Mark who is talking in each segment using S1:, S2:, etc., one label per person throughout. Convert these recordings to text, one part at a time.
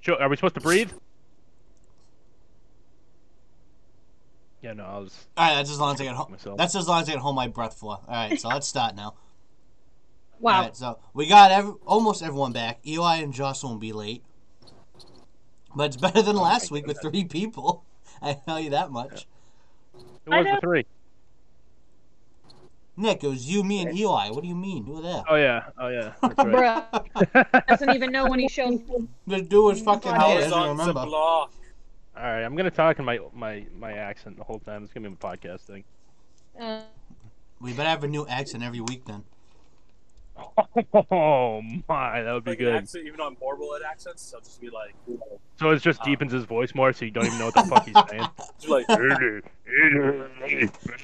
S1: Sure, are we supposed to breathe? Yeah, no, I was
S2: All right, that's as long as I get home.
S1: myself.
S2: That's as long as I can hold my breath for. All right, so let's start now.
S3: Wow.
S2: All right, so we got every, almost everyone back. Eli and Joss won't be late, but it's better than last week with three people. I tell you that much.
S1: Who
S3: I
S1: was the
S3: know.
S1: three?
S2: Nick, it was you, me, and Eli. What do you mean? Who there?
S1: Oh yeah, oh yeah. That's right.
S3: Bruh. Doesn't even know when he showed.
S2: The dude was fucking
S4: I
S2: dead.
S4: was
S2: I don't
S4: on the
S2: remember.
S4: block.
S1: All right, I'm gonna talk in my my my accent the whole time. It's gonna be a podcast thing.
S3: Uh,
S2: We better have a new accent every week then.
S1: Oh my, that would be
S4: Like an
S1: good.
S4: accent, even on Marble accents, I'll just be like,
S1: So it just deepens his voice more, so you don't even know what the fuck he's saying.
S4: just like,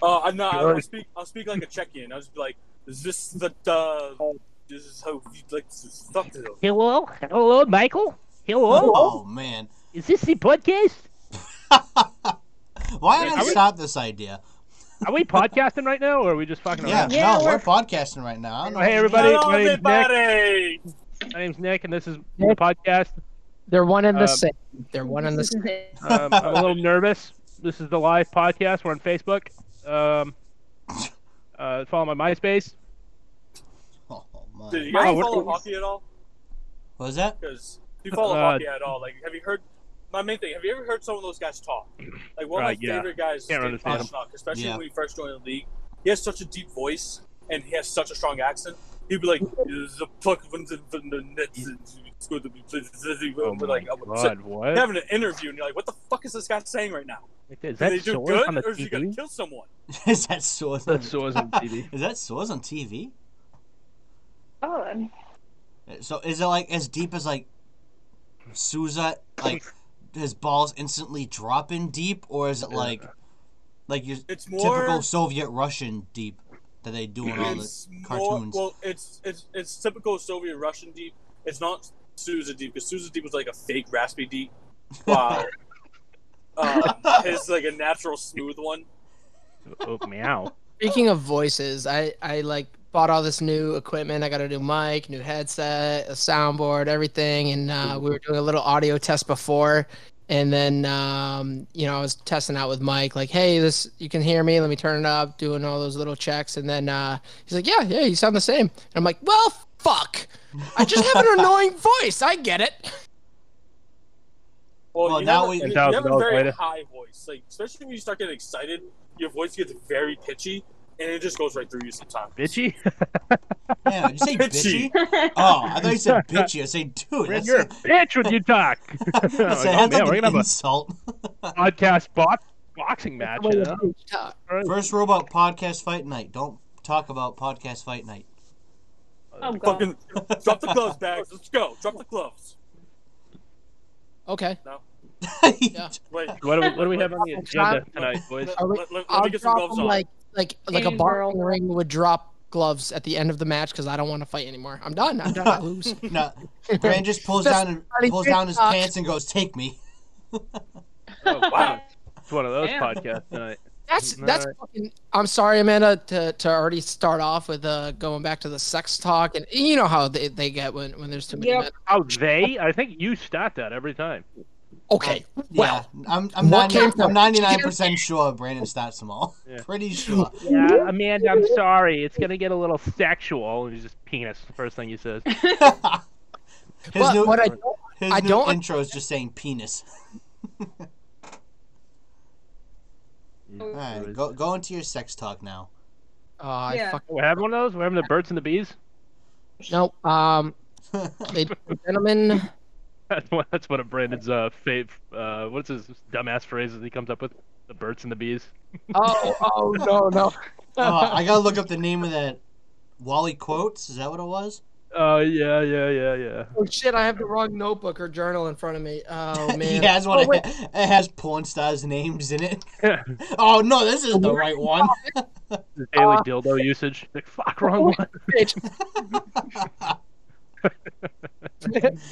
S4: oh, I'm not. I'll speak. I'll speak like a Czechian. I'll just be like, is this the uh, this is how you like to talk to them.
S5: Hello, hello, Michael. Hello,
S2: Oh, man.
S5: is this the podcast?
S2: Why
S4: Wait,
S2: did
S4: are
S2: I
S4: we-
S2: stop this idea?
S1: Are we podcasting right now, or are we just fucking
S2: Yeah,
S1: around?
S3: Yeah,
S2: no, we're
S3: we're-
S2: podcasting right now. I don't know.
S1: Oh, hey everybody,
S4: Hello,
S1: my name's Nick.
S4: everybody.
S1: My name's Nick, and this is the podcast.
S6: They're one and the
S1: Um,
S6: same. They're one and the same.
S1: Um, I'm a little nervous. This is the live podcast. We're on Facebook. Um, uh, follow my MySpace.
S2: Oh, my.
S4: Did you guys
S1: Wow,
S4: follow
S1: what-
S4: hockey at all?
S2: What was that?
S4: Because you follow
S1: Uh,
S4: hockey at all? Like, have you heard? My main thing: Have you ever heard some of those guys talk? Like one of my
S1: Right, yeah.
S4: favorite guys is
S1: Can't
S4: David
S1: understand him.
S4: Pasternak, especially
S2: Yeah.
S4: when he first joined the league. He has such a deep voice and he has such a strong accent. He'd be like, "The puck from the from the nets and it's going to be
S1: Oh
S4: we're
S1: my
S4: like, I'm upset.
S1: god, what?
S4: having an interview and you're like, "What the fuck is this guy saying right now?
S1: Is
S4: Did
S1: that
S4: they do
S1: Source
S4: good
S1: on the
S4: or is he gonna
S1: TV?
S4: kill someone?"
S2: is that Swords on
S1: That's Source on TV.
S2: Is that Swords on TV?
S3: God.
S2: So is it like as deep as like Souza like his balls instantly dropping deep or is it like like your
S4: It's more
S2: typical Soviet Russian deep that they do in all the
S4: it's
S2: cartoons?
S4: More, well, it's it's it's typical Soviet Russian deep. It's not Sousa deep because Sousa deep was like a fake raspy deep. Wow. uh, it's like a natural smooth one.
S1: oh, meow.
S6: Speaking of voices, I I like bought all this new equipment. I got a new mic, new headset, a soundboard, everything, and uh, we were doing a little audio test before. And then um, you know I was testing out with Mike, like, hey, this you can hear me. Let me turn it up, doing all those little checks. And then uh, he's like, yeah, yeah, you sound the same. And I'm like, well, fuck. I just have an annoying voice. I get it.
S4: Well,
S2: Well,
S4: you
S2: now
S4: have, a-
S2: we-
S4: you, you
S1: $10,000
S4: have a very
S1: later.
S4: high voice, like especially when you start getting excited, your voice gets very pitchy, and it just goes right through you sometimes.
S1: Bitchy?
S2: yeah, did you say bitchy?
S4: Bitchy.
S2: Oh, I thought you said bitchy. I say dude. That's,
S1: You're a bitch when you talk. oh,
S2: I said,
S1: man,
S2: that's like
S1: we're
S2: an
S1: gonna have a
S2: insult.
S1: podcast box, boxing match. you know?
S6: Uh,
S2: First robot podcast fight night. Don't talk about podcast fight night.
S3: Oh, God.
S4: Fucking drop the gloves, bags. Let's go. Drop the gloves.
S6: Okay.
S4: Wait,
S1: What do, we, what do we have on the agenda tonight, boys?
S4: let,
S6: Are we-
S4: let- let- let
S6: I'll
S4: me get some
S6: drop
S4: gloves
S6: them
S4: on.
S6: like like like a
S3: Game
S6: boxing
S3: world.
S6: ring would drop gloves at the end of the match because I don't want to fight anymore. I'm done. I'm done. I lose.
S2: no, Brand just pulls
S6: That's
S2: down and
S6: funny,
S2: pulls down his
S6: TikTok.
S2: pants and goes, "Take me."
S1: Oh, wow. It's one of those
S3: Damn.
S1: podcasts tonight.
S6: That's
S1: All
S6: that's
S1: right.
S6: fucking. I'm sorry, Amanda, to, to already start off with uh going back to the sex talk and you know how they, they get when, when there's too many.
S3: Yep.
S6: men.
S1: Oh, they? I think you start that every time.
S6: Okay.
S2: Yeah,
S6: Well,
S2: I'm I'm
S6: what
S2: 90,
S6: came from-
S2: I'm 99 percent sure Brandon starts them all.
S1: Yeah.
S2: Pretty sure.
S1: Yeah, Amanda, I'm sorry. It's gonna get a little sexual. And he's just penis. The first thing he says.
S2: his
S6: but
S2: new,
S6: what I don't
S2: his
S6: I
S2: new
S6: don't-
S2: intro is just saying penis. All right, go go into your sex talk now.
S6: oh, I
S3: Yeah.
S6: fuck-
S1: We're having one of those. We're having the birds and the bees.
S6: no. Um, ladies and gentlemen,
S1: That's one, that's one of Brandon's uh, fave. Uh, what's his dumbass phrases he comes up with? The birds and the bees.
S6: oh oh no no.
S2: Uh, I gotta look up the name of that. Wally quotes. Is that what it was?
S1: Oh yeah, yeah, yeah, yeah.
S6: Oh shit! I have the wrong notebook or journal in front of me. Oh man.
S2: he has one.
S6: Oh, wait.
S2: it has porn stars' names in it.
S1: Yeah.
S2: oh no, this is the right one.
S1: The daily
S6: Uh,
S1: dildo usage. Like, fuck, wrong one.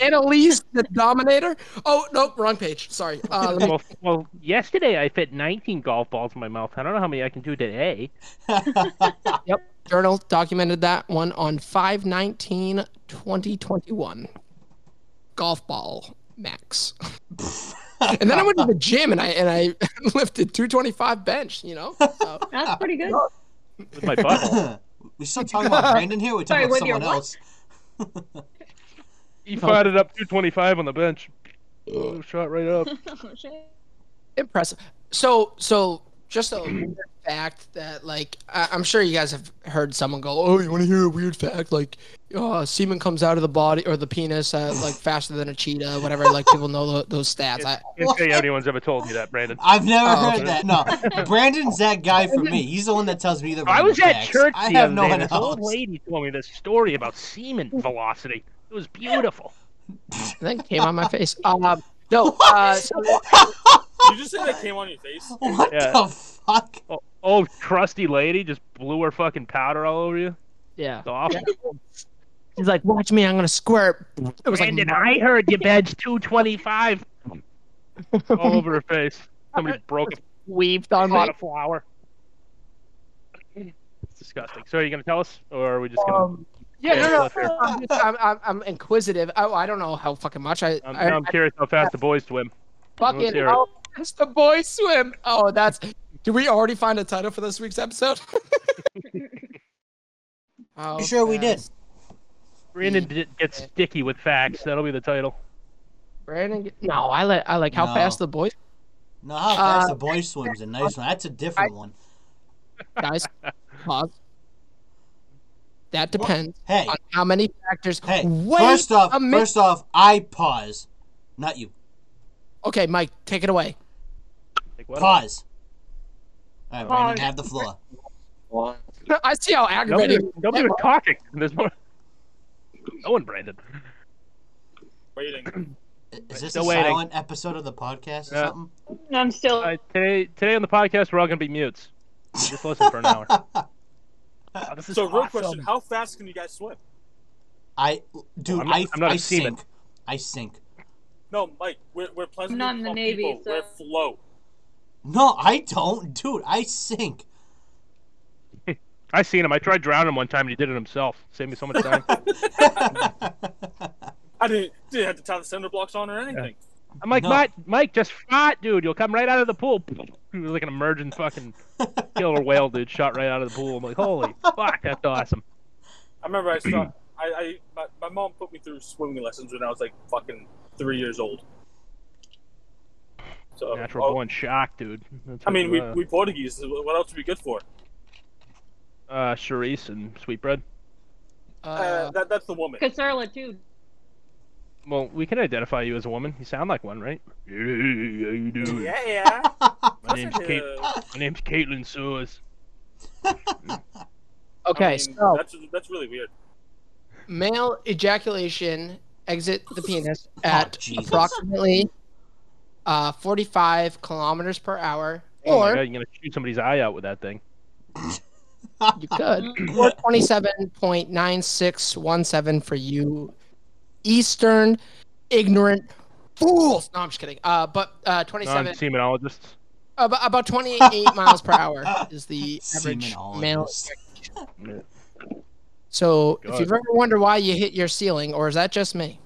S6: Annalise the Dominator. Oh nope, wrong page. Sorry. Uh, let me-
S1: well, well, yesterday I fit 19 golf balls in my mouth. I don't know how many I can do today.
S6: journal documented that one on 5-19-2021. Golf ball. max. and then I went to the gym and I and I lifted 225 bench. You know, so,
S3: That's pretty good.
S1: with my butt.
S2: we still talking about Brandon here? We're
S3: Sorry,
S2: talking
S3: with
S2: about
S3: your
S2: someone
S3: what?
S2: else.
S1: He fired it up 225 on the bench. Oh, shot right up.
S3: Oh, shit.
S6: impressive. So so just a weird fact that like I, I'm sure you guys have heard someone go, oh, you want to hear a weird fact? Like uh, semen comes out of the body or the penis uh, like faster than a cheetah, whatever. Like people know tho- those stats. I,
S1: Can't say anyone's ever told me that, Brandon.
S2: I've never
S6: Oh,
S2: heard that. No, Brandon's that guy for me. He's the one that tells me the.
S1: I was
S2: random
S1: at
S2: facts.
S1: church the
S2: I have
S1: other
S2: no
S1: day.
S2: one
S1: and This old
S2: else.
S1: lady told me this story about semen
S6: Mm.
S1: velocity. It was beautiful.
S6: then came on my face. Um, no, uh, so
S4: You just say that came on your face.
S2: What
S1: Yeah.
S2: the fuck?
S1: Oh, old crusty lady just blew her fucking powder all over you.
S6: yeah.
S1: It's awful.
S6: He's like, watch me, I'm gonna squirt. It was
S5: Brandon,
S6: like,
S5: I heard you bench 225.
S1: all over her face. Somebody broke a
S6: weaved on
S1: pot
S6: me.
S1: of flour. It's disgusting. So are you gonna tell us, or are we just gonna?
S6: Um, Yeah, no, no,
S1: Left here.
S6: I'm, just- I'm, I'm, I'm inquisitive. I, I don't know how fucking much I,
S1: I'm,
S6: I,
S1: I'm curious how fast the boys swim.
S6: fucking.
S1: let's hear it.
S6: Oh, it's the boy swim. Oh, that's. Did we already find a title for this week's episode? oh,
S2: You sure we did?
S1: Brandon
S6: Mm.
S1: d- gets sticky with facts. That'll be the title.
S6: Brandon, no, I like, I like how
S2: No.
S6: fast the boy
S2: No, how fast
S6: Uh,
S2: the boy swims a nice one. That's a different one.
S6: guys. Pause. That depends
S2: Hey,
S6: on how many factors.
S2: hey.
S6: Wait
S2: first off,
S6: a minute.
S2: first off, I pause, not you.
S6: Okay, Mike, take it away.
S1: Like, what?
S2: Pause. All right, Brandon,
S3: Pause.
S2: have the floor.
S6: I see how
S1: Nobody,
S6: aggravated.
S1: nobody was talking. There's more. No one, Brandon.
S4: Waiting.
S2: Is this
S1: Still
S2: a
S1: waiting.
S2: silent episode of the podcast or
S1: Yeah.
S2: something?
S3: I'm still.
S1: Uh, today, today on the podcast, we're all gonna be mutes. So Just listen for an hour. Wow, this is
S4: So, real
S1: awesome.
S4: question: How fast can you guys swim?
S2: I, dude,
S1: I'm not-
S2: I,
S1: I'm not a
S2: I
S1: seaman.
S2: sink. I sink.
S4: No, Mike, we're we're pleasant.
S3: I'm not in the Navy,
S4: people.
S3: so-
S4: We're float.
S2: No, I don't, dude. I sink.
S1: I seen him. I tried drowning him one time, and he did it himself. Saved me so much time.
S4: I didn't didn't have to tie the cinder blocks on or anything.
S1: I'm like,
S2: No.
S1: Mike, Mike, just shot, dude. You'll come right out of the pool. He was like an emergent fucking killer whale, dude. Shot right out of the pool. I'm like, holy fuck, that's awesome.
S4: I remember I saw I, I my, my mom put me through swimming lessons when I was like fucking three years old. So
S1: Natural
S4: oh,
S1: born uh, shock, dude. That's
S4: I mean, we,
S1: what,
S4: we Portuguese. What else are we good for?
S1: uh, uh, Charisse and Sweetbread.
S6: Uh,
S4: Uh, that, that's the woman.
S3: Caserla, too.
S1: Well, we can identify you as a woman. You sound like one, right? Yeah, how you doing?
S4: Yeah, yeah.
S1: My name's Kate.
S4: Uh,
S1: My name's Caitlin Soares.
S6: okay,
S4: I mean,
S6: so
S4: that's that's really weird.
S6: male ejaculation exit the penis at
S2: Jesus.
S6: approximately uh, 45 kilometers per hour,
S1: Oh my
S6: or
S1: God, you're gonna shoot somebody's eye out with that thing.
S6: you could, or 27.9617 for you Eastern ignorant fools. No, I'm just kidding. Uh, but uh, 27,
S1: Non-semenologists.
S6: about, about 28 miles per hour is the average male
S2: Semenologist.
S6: So if
S1: God.
S6: you've ever wondered why you hit your ceiling, or is that just me?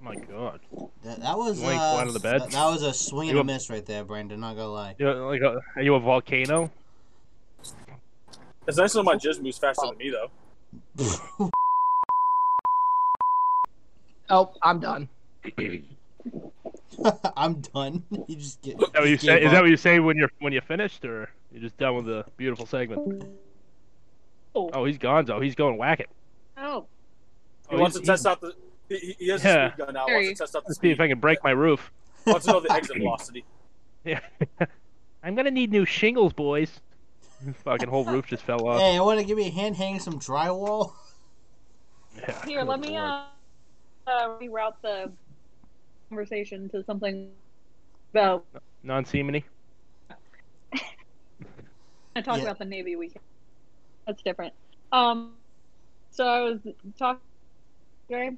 S1: My God.
S2: That, that was
S1: Wink,
S2: uh,
S1: one of the beds.
S2: That, that was a swing and
S1: You
S2: a
S1: a-
S2: miss right there, Brandon. Not gonna lie.
S1: You're like, a, are you a volcano?
S4: It's nice to know my jizz moves faster than me though.
S6: Oh, I'm done.
S2: I'm done. You just get.
S1: Is that what you
S2: just
S1: say?
S2: gave
S1: Is that
S2: up.
S1: what you say when you're when you're finished, or you're just done with the beautiful segment?
S3: Oh.
S1: Oh, he's Gonzo. He's going whack it.
S3: Oh,
S4: He
S1: Oh,
S4: wants to
S1: he's-
S4: test out the. He, he- he has
S1: Yeah.
S4: a speed gun now.
S3: Very.
S4: Wants to test out the
S1: Let's see
S4: speed.
S1: if I can break my roof.
S4: Wants to know the exit velocity.
S1: Yeah. I'm gonna need new shingles, boys. Fucking whole roof just fell off.
S2: Hey, you want to give me a hand hanging some drywall?
S1: Yeah,
S3: here,
S1: good
S3: let me
S1: lord.
S3: uh, uh, reroute the conversation to something about.
S1: Non-semeny.
S3: I talk
S2: Yeah.
S3: about the Navy weekend. That's different. Um, so I was talking, today,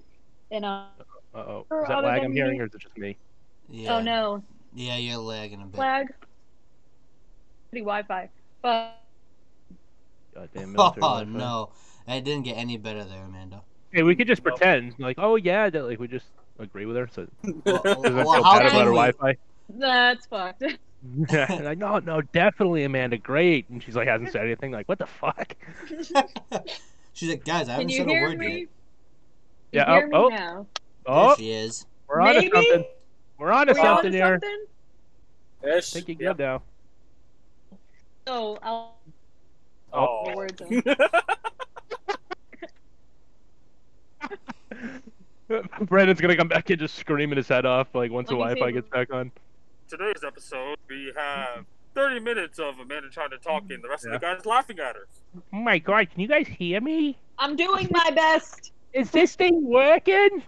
S3: and uh,
S1: Uh oh.
S3: Or
S1: Is that
S3: other
S1: lag
S3: than
S1: I'm
S3: me.
S1: hearing, or is it just me?
S2: Yeah.
S3: oh no,
S2: Yeah, you're lagging a bit.
S3: flag, pretty Wi-Fi, but
S1: Goddamn military.
S2: oh
S1: Wi-Fi.
S2: no, it didn't get any better there, Amanda.
S1: Hey, we could just
S4: Nope.
S1: pretend like, oh yeah, that like we just agree with her. So
S2: Well,
S1: does
S2: well,
S1: feel
S2: how
S1: bad
S2: can
S1: about her
S2: we-
S1: Wi-Fi?
S5: That's fucked.
S1: Yeah, like no, no, definitely Amanda, great. And she's like hasn't said anything. Like what the fuck?
S2: She's like, guys, I haven't
S5: Can you
S2: said a
S5: hear
S2: word
S5: me?
S2: yet.
S5: You
S1: Yeah,
S5: hear
S1: oh, oh.
S5: me now?
S1: Oh,
S2: There she is.
S1: we're on to
S5: Maybe?
S1: something. We're on to
S5: Were you onto
S1: something here.
S5: something?
S1: I
S4: Ish.
S1: think you
S4: Yeah.
S1: good now.
S5: Oh, I'll
S4: Oh.
S5: words in.
S1: Brandon's gonna come back in just screaming his head off like once the
S5: Let me see.
S1: Wi-Fi gets back on.
S4: Today's episode, we have 30 minutes of Amanda trying to talk, and the rest
S1: Yeah.
S4: of the guys laughing at her.
S1: Oh my god, can you guys hear me?
S5: I'm doing my best.
S1: Is this thing working?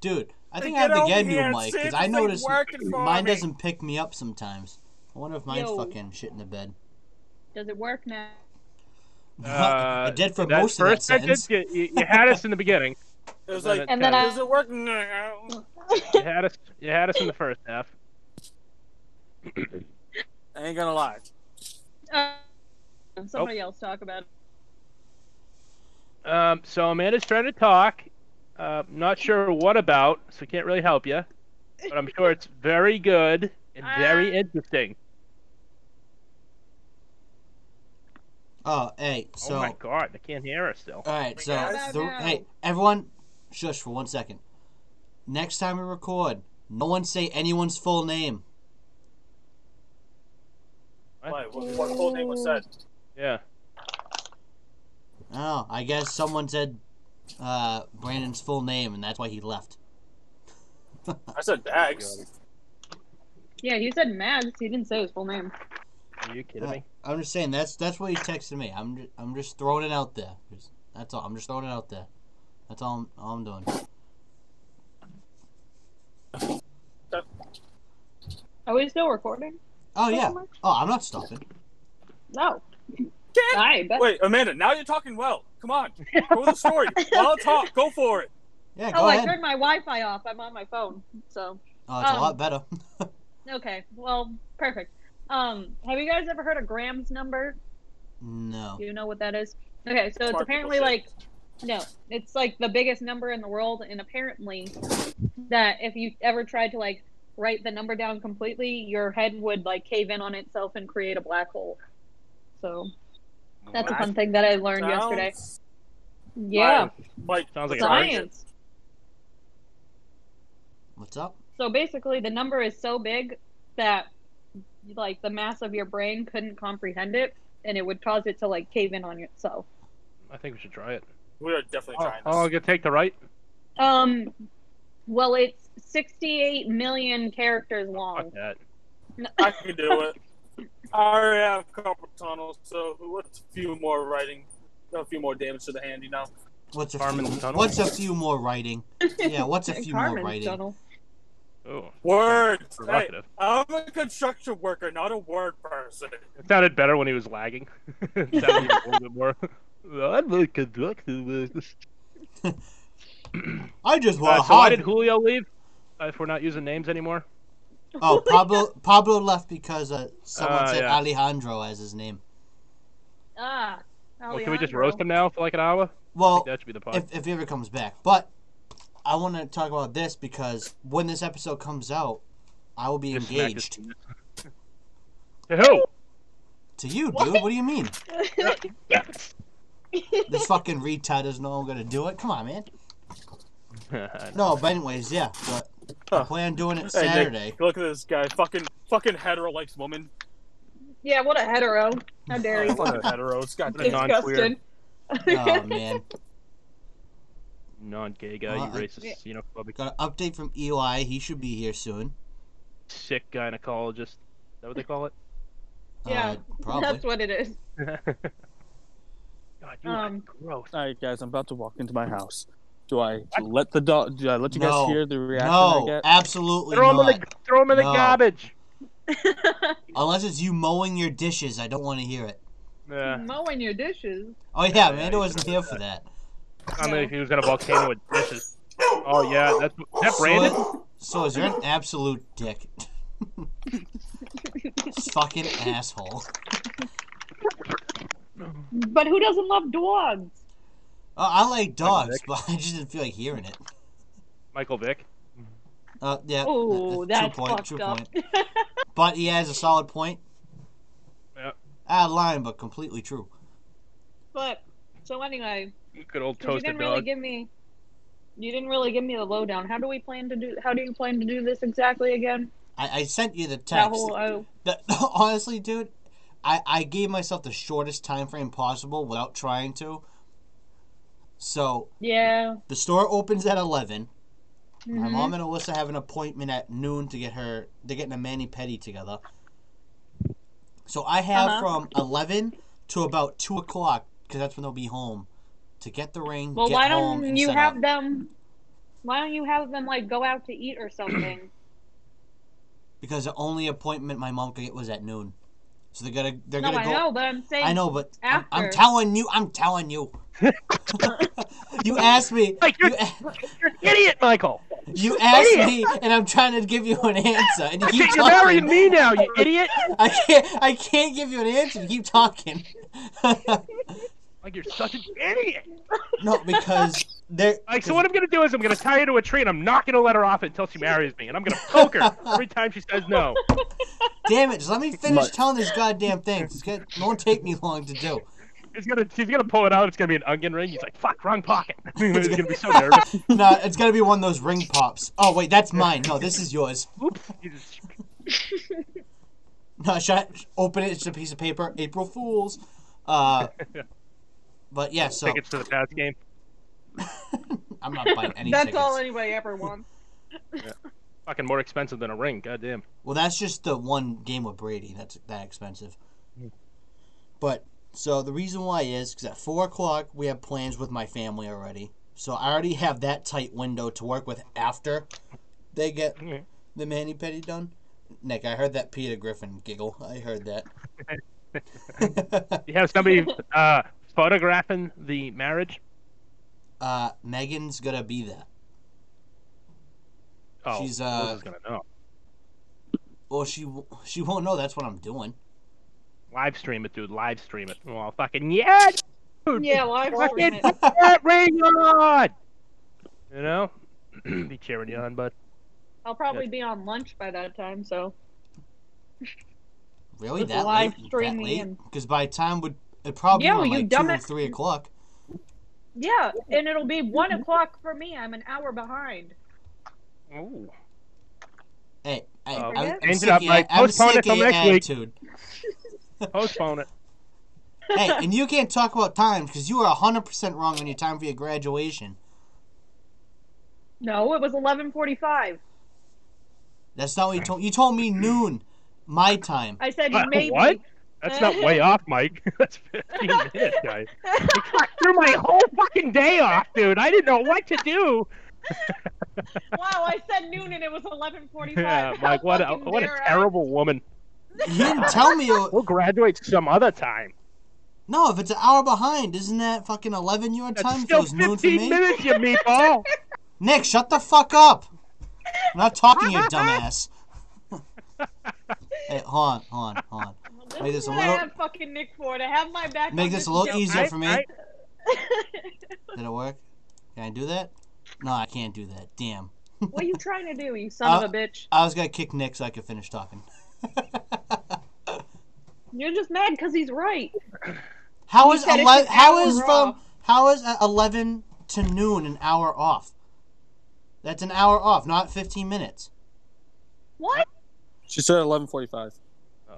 S2: Dude, I think I have
S4: Get
S2: the
S4: over
S2: get
S4: here
S2: new
S4: and
S2: mic
S4: see if
S2: because
S4: this
S2: I
S4: thing
S2: noticed
S4: working for
S2: mine
S4: me.
S2: doesn't pick me up sometimes. I wonder if mine's
S5: Yo.
S2: fucking shit in the bed.
S5: Does it work now?
S1: Uh,
S2: it did for
S1: That
S2: most of that
S1: first
S2: sentence.
S1: sentence, you, you- you had us in the beginning.
S4: It was like, uh,
S5: And then I-
S4: is it working now?
S1: You had us. You had us in the first half.
S4: I ain't gonna lie.
S5: Uh, somebody else talk about it.
S1: Um, so Amanda's trying to talk. Uh, not sure what about, so can't really help you. But I'm sure it's very good and very
S5: Ah.
S1: interesting.
S2: Oh, hey, so
S1: oh my god, I can't hear her still.
S2: all right, so
S4: Yes.
S2: the-
S5: Now.
S2: hey, everyone, shush for one second. Next time we record, no one say anyone's full name.
S4: Why? What, what whole name was said?
S1: Yeah.
S2: Oh, I guess someone said uh, Brandon's full name, and that's why he left.
S4: I said bags.
S5: Yeah, he said Mads. He didn't say his full name.
S1: Are you kidding
S2: Uh,
S1: me?
S2: I'm just saying that's that's what he texted me. I'm just, I'm just throwing it out there. Just- that's all. I'm just throwing it out there. That's all I'm, all I'm doing.
S5: Are we still recording?
S2: Oh yeah.
S5: Pretty much.
S2: Oh, I'm not stopping.
S5: No.
S4: Damn.
S5: I bet.
S4: Wait, Amanda, now you're talking well. Come on. Go with the story. I'll talk. Go for it.
S2: Yeah, go
S5: oh, I
S2: ahead.
S5: turned my Wi-Fi off. I'm on my phone, so
S2: Oh, it's
S5: um,
S2: a lot better.
S5: okay. Well, perfect. Um, have you guys ever heard of Graham's number?
S2: no.
S5: Do you know what that is? Okay, so it's
S4: Smart
S5: apparently
S4: people
S5: like no, it's like the biggest number in the world and apparently that if you ever tried to like write the number down completely, your head would like cave in on itself and create a black hole. So that's a
S4: Black
S5: fun thing that I learned yesterday.
S4: Sounds
S5: Yeah,
S4: Like,
S1: Sounds like a
S4: science.
S5: science.
S2: What's up?
S5: So basically, the number is so big that like the mass of your brain couldn't comprehend it, and it would cause it to like cave in on itself.
S1: I think we should try it.
S4: We are definitely
S1: How
S4: trying
S1: how long
S4: this.
S1: it take to write?
S5: Um, well, it's 68 million characters
S1: Fuck
S5: long.
S1: that.
S4: I can do it. I already have a couple tunnels, so what's a few more writing? A few more damage to the hand, you know?
S2: What's a
S1: Carmen's
S2: few,
S1: tunnel.
S2: What's a few more writing? Yeah, what's a
S5: And
S2: few more
S5: Carmen's
S2: writing?
S5: tunnel.
S1: Oh,
S4: Words. Hey,
S1: provocative.
S4: I'm a construction worker, not a word person.
S1: It sounded better when he was lagging. it sounded a little bit more. I'm a conductor.
S2: I just want
S1: Uh,
S2: to
S1: so why
S2: hide.
S1: did Julio leave? Uh, if we're not using names anymore.
S2: oh, Pablo Pablo left because uh, someone
S1: Ah,
S2: said
S1: yeah.
S2: Alejandro as his name.
S5: Ah,
S1: Well, can we just
S5: Alejandro.
S1: roast him now for like an hour? I
S2: Well,
S1: think that should be the pod.
S2: if, if he ever comes back. But I want to talk about this because when this episode comes out, I will be
S1: Just smack his
S2: engaged
S1: penis. To Who?
S2: to you, dude. What do you mean? This fucking retard doesn't know I'm gonna do it. Come on, man. No, but anyways, yeah. But I
S4: Huh.
S2: plan on doing it
S4: Hey, Nick,
S2: Saturday.
S4: Look at this guy. Fucking, fucking hetero likes woman.
S5: Yeah, what a hetero. How dare you?
S4: fucking hetero. It's got
S1: What a non-queer.
S5: Disgusted.
S2: oh man,
S1: Non-gay guy,
S2: Uh,
S1: you racist,
S5: yeah.
S1: xenophobic,
S2: got an update from Eli. He should be here soon.
S1: sick gynecologist. Is that what they call it?
S5: yeah,
S2: uh, probably.
S5: that's what it is.
S1: God, you
S5: Um,
S1: are gross.
S4: All right, guys, I'm about to walk into my house. Do I let the dog? Do I let you guys
S2: No.
S4: hear the reaction I
S2: no,
S4: get?
S2: absolutely
S1: Throw him in
S2: not.
S1: the throw him in the
S2: No.
S1: garbage.
S2: Unless it's you mowing your dishes, I don't want to hear it.
S1: Yeah,
S5: Mowing your dishes.
S2: Oh yeah, Amanda wasn't here for that.
S1: I mean, if he was in a volcano with dishes. Oh yeah, that's is that Brandon.
S2: So, so is there an absolute dick? This fucking asshole.
S5: But who doesn't love dogs?
S2: Uh, Oh, I like dogs, but I just didn't feel like hearing it.
S1: Michael Vick.
S2: Uh, yeah.
S5: Oh, that's fucked up.
S2: But he has a solid point.
S1: Yeah.
S2: Out of line, but completely true.
S5: but so anyway,
S1: Good old
S5: 'cause you
S1: toasted
S5: didn't
S1: dog.
S5: really give me. You didn't really give me the lowdown. How do we plan to do? How do you plan to do this exactly again?
S2: I, I sent you the
S5: That
S2: text.
S5: whole oh,
S2: That- honestly, dude, I, I gave myself the shortest time frame possible without trying to. So
S5: yeah.
S2: the store opens at 11 My
S5: mhm.
S2: mom and Alyssa have an appointment at noon to get her. They're getting a mani pedi together. So I have
S5: Uh-huh.
S2: from eleven to about two o'clock because that's when they'll be home to get the ring.
S5: Well,
S2: get
S5: why
S2: home,
S5: don't
S2: and
S5: you
S2: set
S5: have
S2: up.
S5: them? Why don't you have them like go out to eat or something?
S2: Because the only appointment my mom could get was at noon, so they're gonna they're
S5: no,
S2: gonna
S5: I
S2: go.
S5: know, but I'm saying
S2: I know, but I'm, I'm
S5: after.
S2: telling you, I'm telling you. you asked me.
S1: Like, you're-
S2: you a-
S1: You're an idiot, Michael.
S2: You asked me, and I'm trying to give you an answer, and you keep
S1: You're marrying
S2: talking.
S1: me now, you idiot.
S2: I can't, I can't give you an answer. You keep talking.
S1: Like, you're such an idiot.
S2: no, because they're
S1: Like, so what I'm gonna do is I'm gonna tie her to a tree and I'm not gonna let her off until she marries me, and I'm gonna poke her every time she says no.
S2: damn it. Just let me finish
S7: Mutt.
S2: telling this goddamn thing. It's got, it won't take me long to do.
S1: She's gonna, she's gonna pull it out. It's gonna be an onion ring. He's like, "Fuck, wrong pocket." He's gonna be so nervous.
S2: No, it's gotta be one of those ring pops. Oh wait, that's mine. No, this is yours.
S1: Oops. He just-
S2: No, should I open it? It's a piece of paper. April Fools. Uh, but yeah, so
S1: Tickets to the Pats game.
S2: I'm not buying any
S5: that's
S2: tickets.
S5: all anybody ever wants.
S1: Fucking more expensive than a ring. Goddamn.
S2: Well, that's just the one game with Brady. That's that expensive. But so the reason why is because at four o'clock we have plans with my family already. So I already have that tight window to work with after they get
S1: Mhm.
S2: the mani pedi done. Nick, I heard that Peter Griffin giggle. I heard that.
S1: You have somebody uh, photographing the marriage.
S2: uh, Megan's gonna be there.
S1: Oh,
S2: She's, uh,
S1: Liz is gonna know.
S2: Well, she w- she won't know that's what I'm doing.
S1: Live stream it, dude. Live stream it. Well, fucking yeah, dude.
S5: Yeah, well, I've
S1: Fucking
S5: it.
S1: put that ring on. You know, be cheering you on, bud.
S5: I'll probably be on lunch by that time, so
S2: Really,
S5: Just
S2: that
S5: live
S2: late?
S5: stream
S2: That
S5: me
S2: late?
S5: and-
S2: Because by the time would it probably be
S5: Yeah,
S2: around,
S5: well, you
S2: like two or
S5: dumbass-
S2: three o'clock.
S5: yeah, and it'll be one o'clock for me. I'm an hour behind.
S1: Ooh.
S2: Hey, hey,
S1: Uh,
S2: I'm, I'm
S1: Change it
S2: sick
S1: up,
S2: of-
S1: Mike.
S2: I'm
S1: Postpone
S2: sick
S1: it till
S2: of your
S1: next week.
S2: attitude.
S1: Postpone it.
S2: hey, and you can't talk about times because you were 100% wrong on your time for your graduation.
S5: No, it was eleven forty-five.
S2: That's not what you told You told me noon, my time.
S5: I said
S1: What?
S5: maybe.
S1: What? That's not way off, Mike. That's 15 minutes, guys. I threw my whole fucking day off, dude. I didn't know what to do.
S5: Wow, I said noon and it was eleven forty-five.
S1: Yeah, Mike, what a, what a terrible woman.
S2: You didn't tell me. it-
S1: We'll graduate some other time.
S2: No, if it's an hour behind, isn't that fucking 11 your
S1: That's
S2: time? So
S1: still
S2: it's noon for
S1: 15
S2: me?
S1: minutes, you meatball. Oh,
S2: Nick, shut the fuck up. I'm not talking to you, dumbass. hey, hold on, hold on, hold on.
S5: This
S2: Make this
S5: is
S2: a
S5: what I
S2: little-
S5: had fucking Nick for to have my back.
S2: Make
S5: on
S2: this a little
S5: joke.
S2: easier
S1: I-
S2: for me.
S1: I-
S2: Did it work? Can I do that? No, I can't do that. Damn.
S5: What are you trying to do, you son
S2: Uh,
S5: of a bitch?
S2: I was gonna kick Nick so I could finish talking.
S5: You're just mad because he's right.
S2: How
S5: You
S2: is
S5: said it's
S2: ele-
S5: an
S2: how
S5: hour
S2: is
S5: off.
S2: from how is uh, eleven to noon an hour off? That's an hour off, not fifteen minutes.
S5: What?
S4: She said 11:45.
S1: Uh-oh.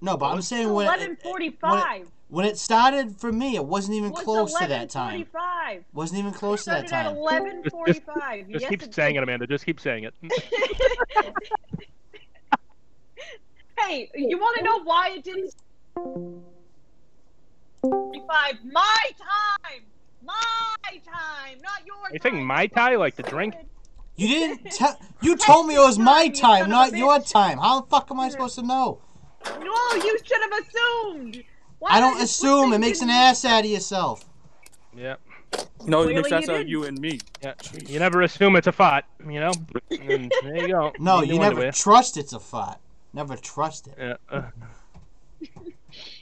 S2: No, but I'm saying when
S5: Eleven
S2: it,
S5: forty-five.
S2: when it started for me, it wasn't even
S5: What's
S2: close to that time.
S5: 11:45?
S2: Wasn't even close to that
S5: Started at
S2: time.
S5: eleven forty-five.
S1: Just
S5: yes,
S1: keep saying it, Amanda. Just keep saying it.
S5: hey, you want to know why it didn't? Forty-five. My time. My time, not your
S1: Are you
S5: time.
S1: saying Mai Tai, like the drink?
S2: You didn't tell. You told me it was my
S5: You son of
S2: time,
S5: a
S2: not your
S5: bitch.
S2: time. How the fuck am I supposed to know?
S5: No, you should have assumed. Why
S2: I don't
S5: did-
S2: assume. It
S5: you
S2: makes an
S5: didn't-
S2: ass out of yourself.
S1: Yeah.
S4: No,
S5: Clearly
S4: it makes
S5: you
S4: sense out
S5: didn't.
S4: of you and me.
S1: yeah. You never assume it's a fought, you know? And there you go.
S2: No,
S1: Need
S2: you
S1: new
S2: never
S1: underwear.
S2: trust it's a fart. Never trust it.
S1: Yeah. uh,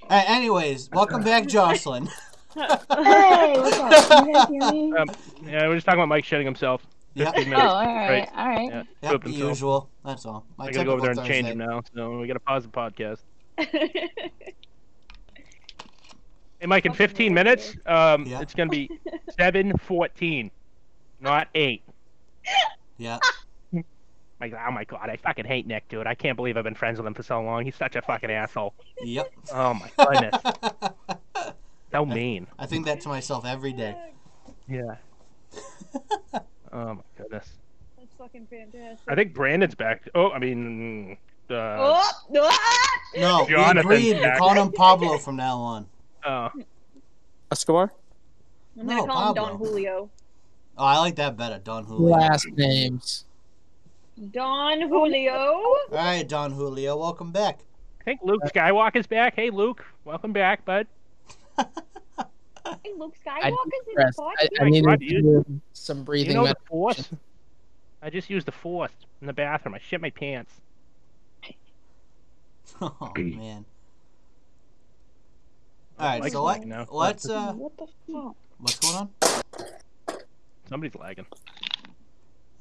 S2: Hey, anyways, welcome back, Jocelyn.
S8: Hey, what's up? Can you guys hear me?
S1: um, yeah, we're just talking about Mike shitting himself.
S2: Yep.
S1: 15
S3: Oh,
S1: minutes.
S3: all right,
S1: Right.
S3: all right.
S1: Yeah,
S2: Yep,
S1: poop
S2: the
S1: until-
S2: usual. That's all. My
S1: I gotta go over there and
S2: typical
S1: change
S2: Thursday.
S1: him now. So we gotta pause the podcast. Hey, Mike, in
S3: Fucking
S1: 15
S3: weird,
S1: minutes, um,
S2: Yeah.
S1: it's gonna be 7:14, not eight.
S2: Yeah.
S1: Like, oh my god, I fucking hate Nick, dude. I can't believe I've been friends with him for so long. He's such a fucking asshole.
S2: Yep.
S1: Oh my goodness,
S2: I
S1: so mean.
S2: think that to myself every day.
S1: Yeah. oh my goodness.
S3: That's fucking fantastic.
S1: I think Brandon's back. Oh, I mean, uh, oh.
S3: oh, ah!
S2: No, we
S1: Jonathan's
S2: agreed. We're
S1: back.
S2: calling him Pablo from now on.
S1: uh,
S9: Escobar?
S3: I'm gonna
S2: No,
S3: call him Don
S2: Pablo.
S3: Julio.
S2: Oh, I like that better, Don Julio.
S6: Last names.
S3: Don Julio.
S2: All right, Don Julio, welcome back.
S1: I think Luke Skywalker's back. Hey, Luke, welcome back, bud.
S3: Hey, Luke
S6: I,
S3: Skywalker's in the
S6: depressed. I,
S3: podcast.
S6: I needed
S1: What?
S6: to do some breathing.
S1: You know the
S6: med-
S1: force? I just used the force in the bathroom. I shit my pants.
S2: Oh man. All right,
S1: Mike's
S2: so let,
S1: lagging now.
S2: let's uh,
S3: What the fuck?
S2: what's going on?
S1: Somebody's lagging.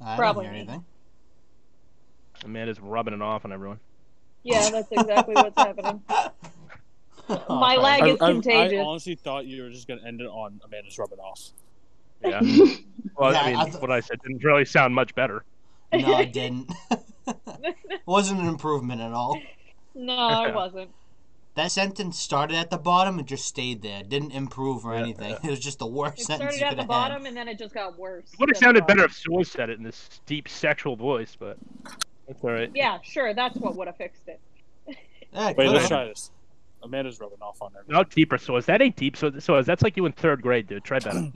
S2: I don't
S3: Probably
S2: hear
S3: me.
S2: anything.
S1: Amanda's rubbing it off on everyone.
S3: Yeah, that's exactly what's happening. My
S2: Okay.
S3: lag is
S4: I,
S3: contagious.
S4: honestly thought you were just gonna end it on Amanda's rubbing off.
S1: Yeah. Well,
S2: Yeah,
S1: I mean,
S2: I th-
S1: what I said didn't really sound much better.
S2: No, I didn't. Wasn't an improvement at all.
S3: no, it wasn't.
S2: That sentence started at the bottom and just stayed there. It didn't improve or anything. It was just the worst
S3: It
S2: sentence
S3: started
S2: you
S3: at
S2: could
S3: the
S2: have
S3: bottom and then it just got worse.
S1: It would have
S3: That's
S1: sounded
S3: all.
S1: better if Sue said it in this deep sexual voice, but that's all right.
S3: Yeah, sure. That's what would have fixed it.
S2: had. Yeah, it
S4: Wait,
S2: could
S4: let's
S2: have.
S4: try this. Amanda's rubbing off on
S1: No deeper source. That ain't deep source. That's like you in third grade, dude. Try that.
S4: everyone.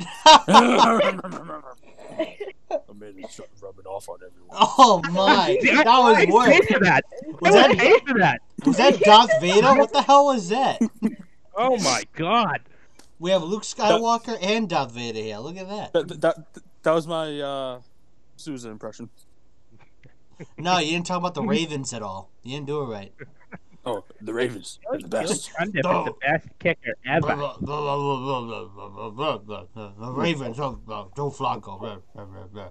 S4: Amanda's ru- rubbing off on everyone.
S2: Oh my!
S1: See,
S2: that
S1: I
S2: was
S1: paid
S2: worse.
S1: for that.
S2: Was
S1: I
S2: that
S1: paid for that.
S2: was that Darth Vader? What the hell was that?
S1: Oh my god.
S2: We have Luke Skywalker and Darth Vader here. Look at that.
S4: That, that, that was my uh, Susan impression.
S2: No, you didn't talk about the Ravens at all. You didn't do it right.
S4: Oh, the Ravens. They're the best.
S1: Sundip is the best kicker ever.
S2: The Ravens, oh, oh, Joe Flacco, blah, blah, blah, blah.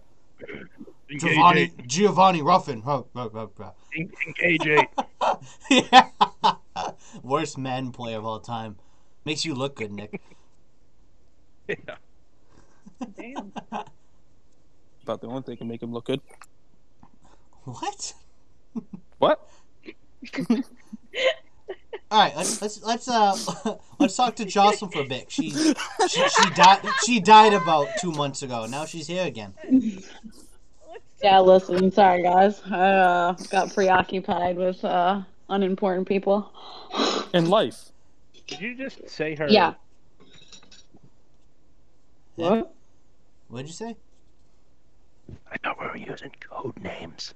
S2: Giovanni,
S1: Engage
S2: Giovanni Ruffin. oh, blah, blah, blah.
S1: eight. Engage eight.
S2: Yeah. Worst Madden play of all time. Makes you look good, Nick.
S1: Yeah.
S3: Damn.
S9: About the only thing that can make him look good.
S2: What?
S9: What?
S2: All right, let's let's let's uh let's talk to Jocelyn for a bit. She she, she died she died about two months ago. Now she's here again.
S10: Yeah, listen, sorry guys. I uh, got preoccupied with uh, unimportant people.
S9: In life.
S1: Did you just say her?
S10: Yeah. What?
S2: What'd you say?
S1: I thought we were using code names.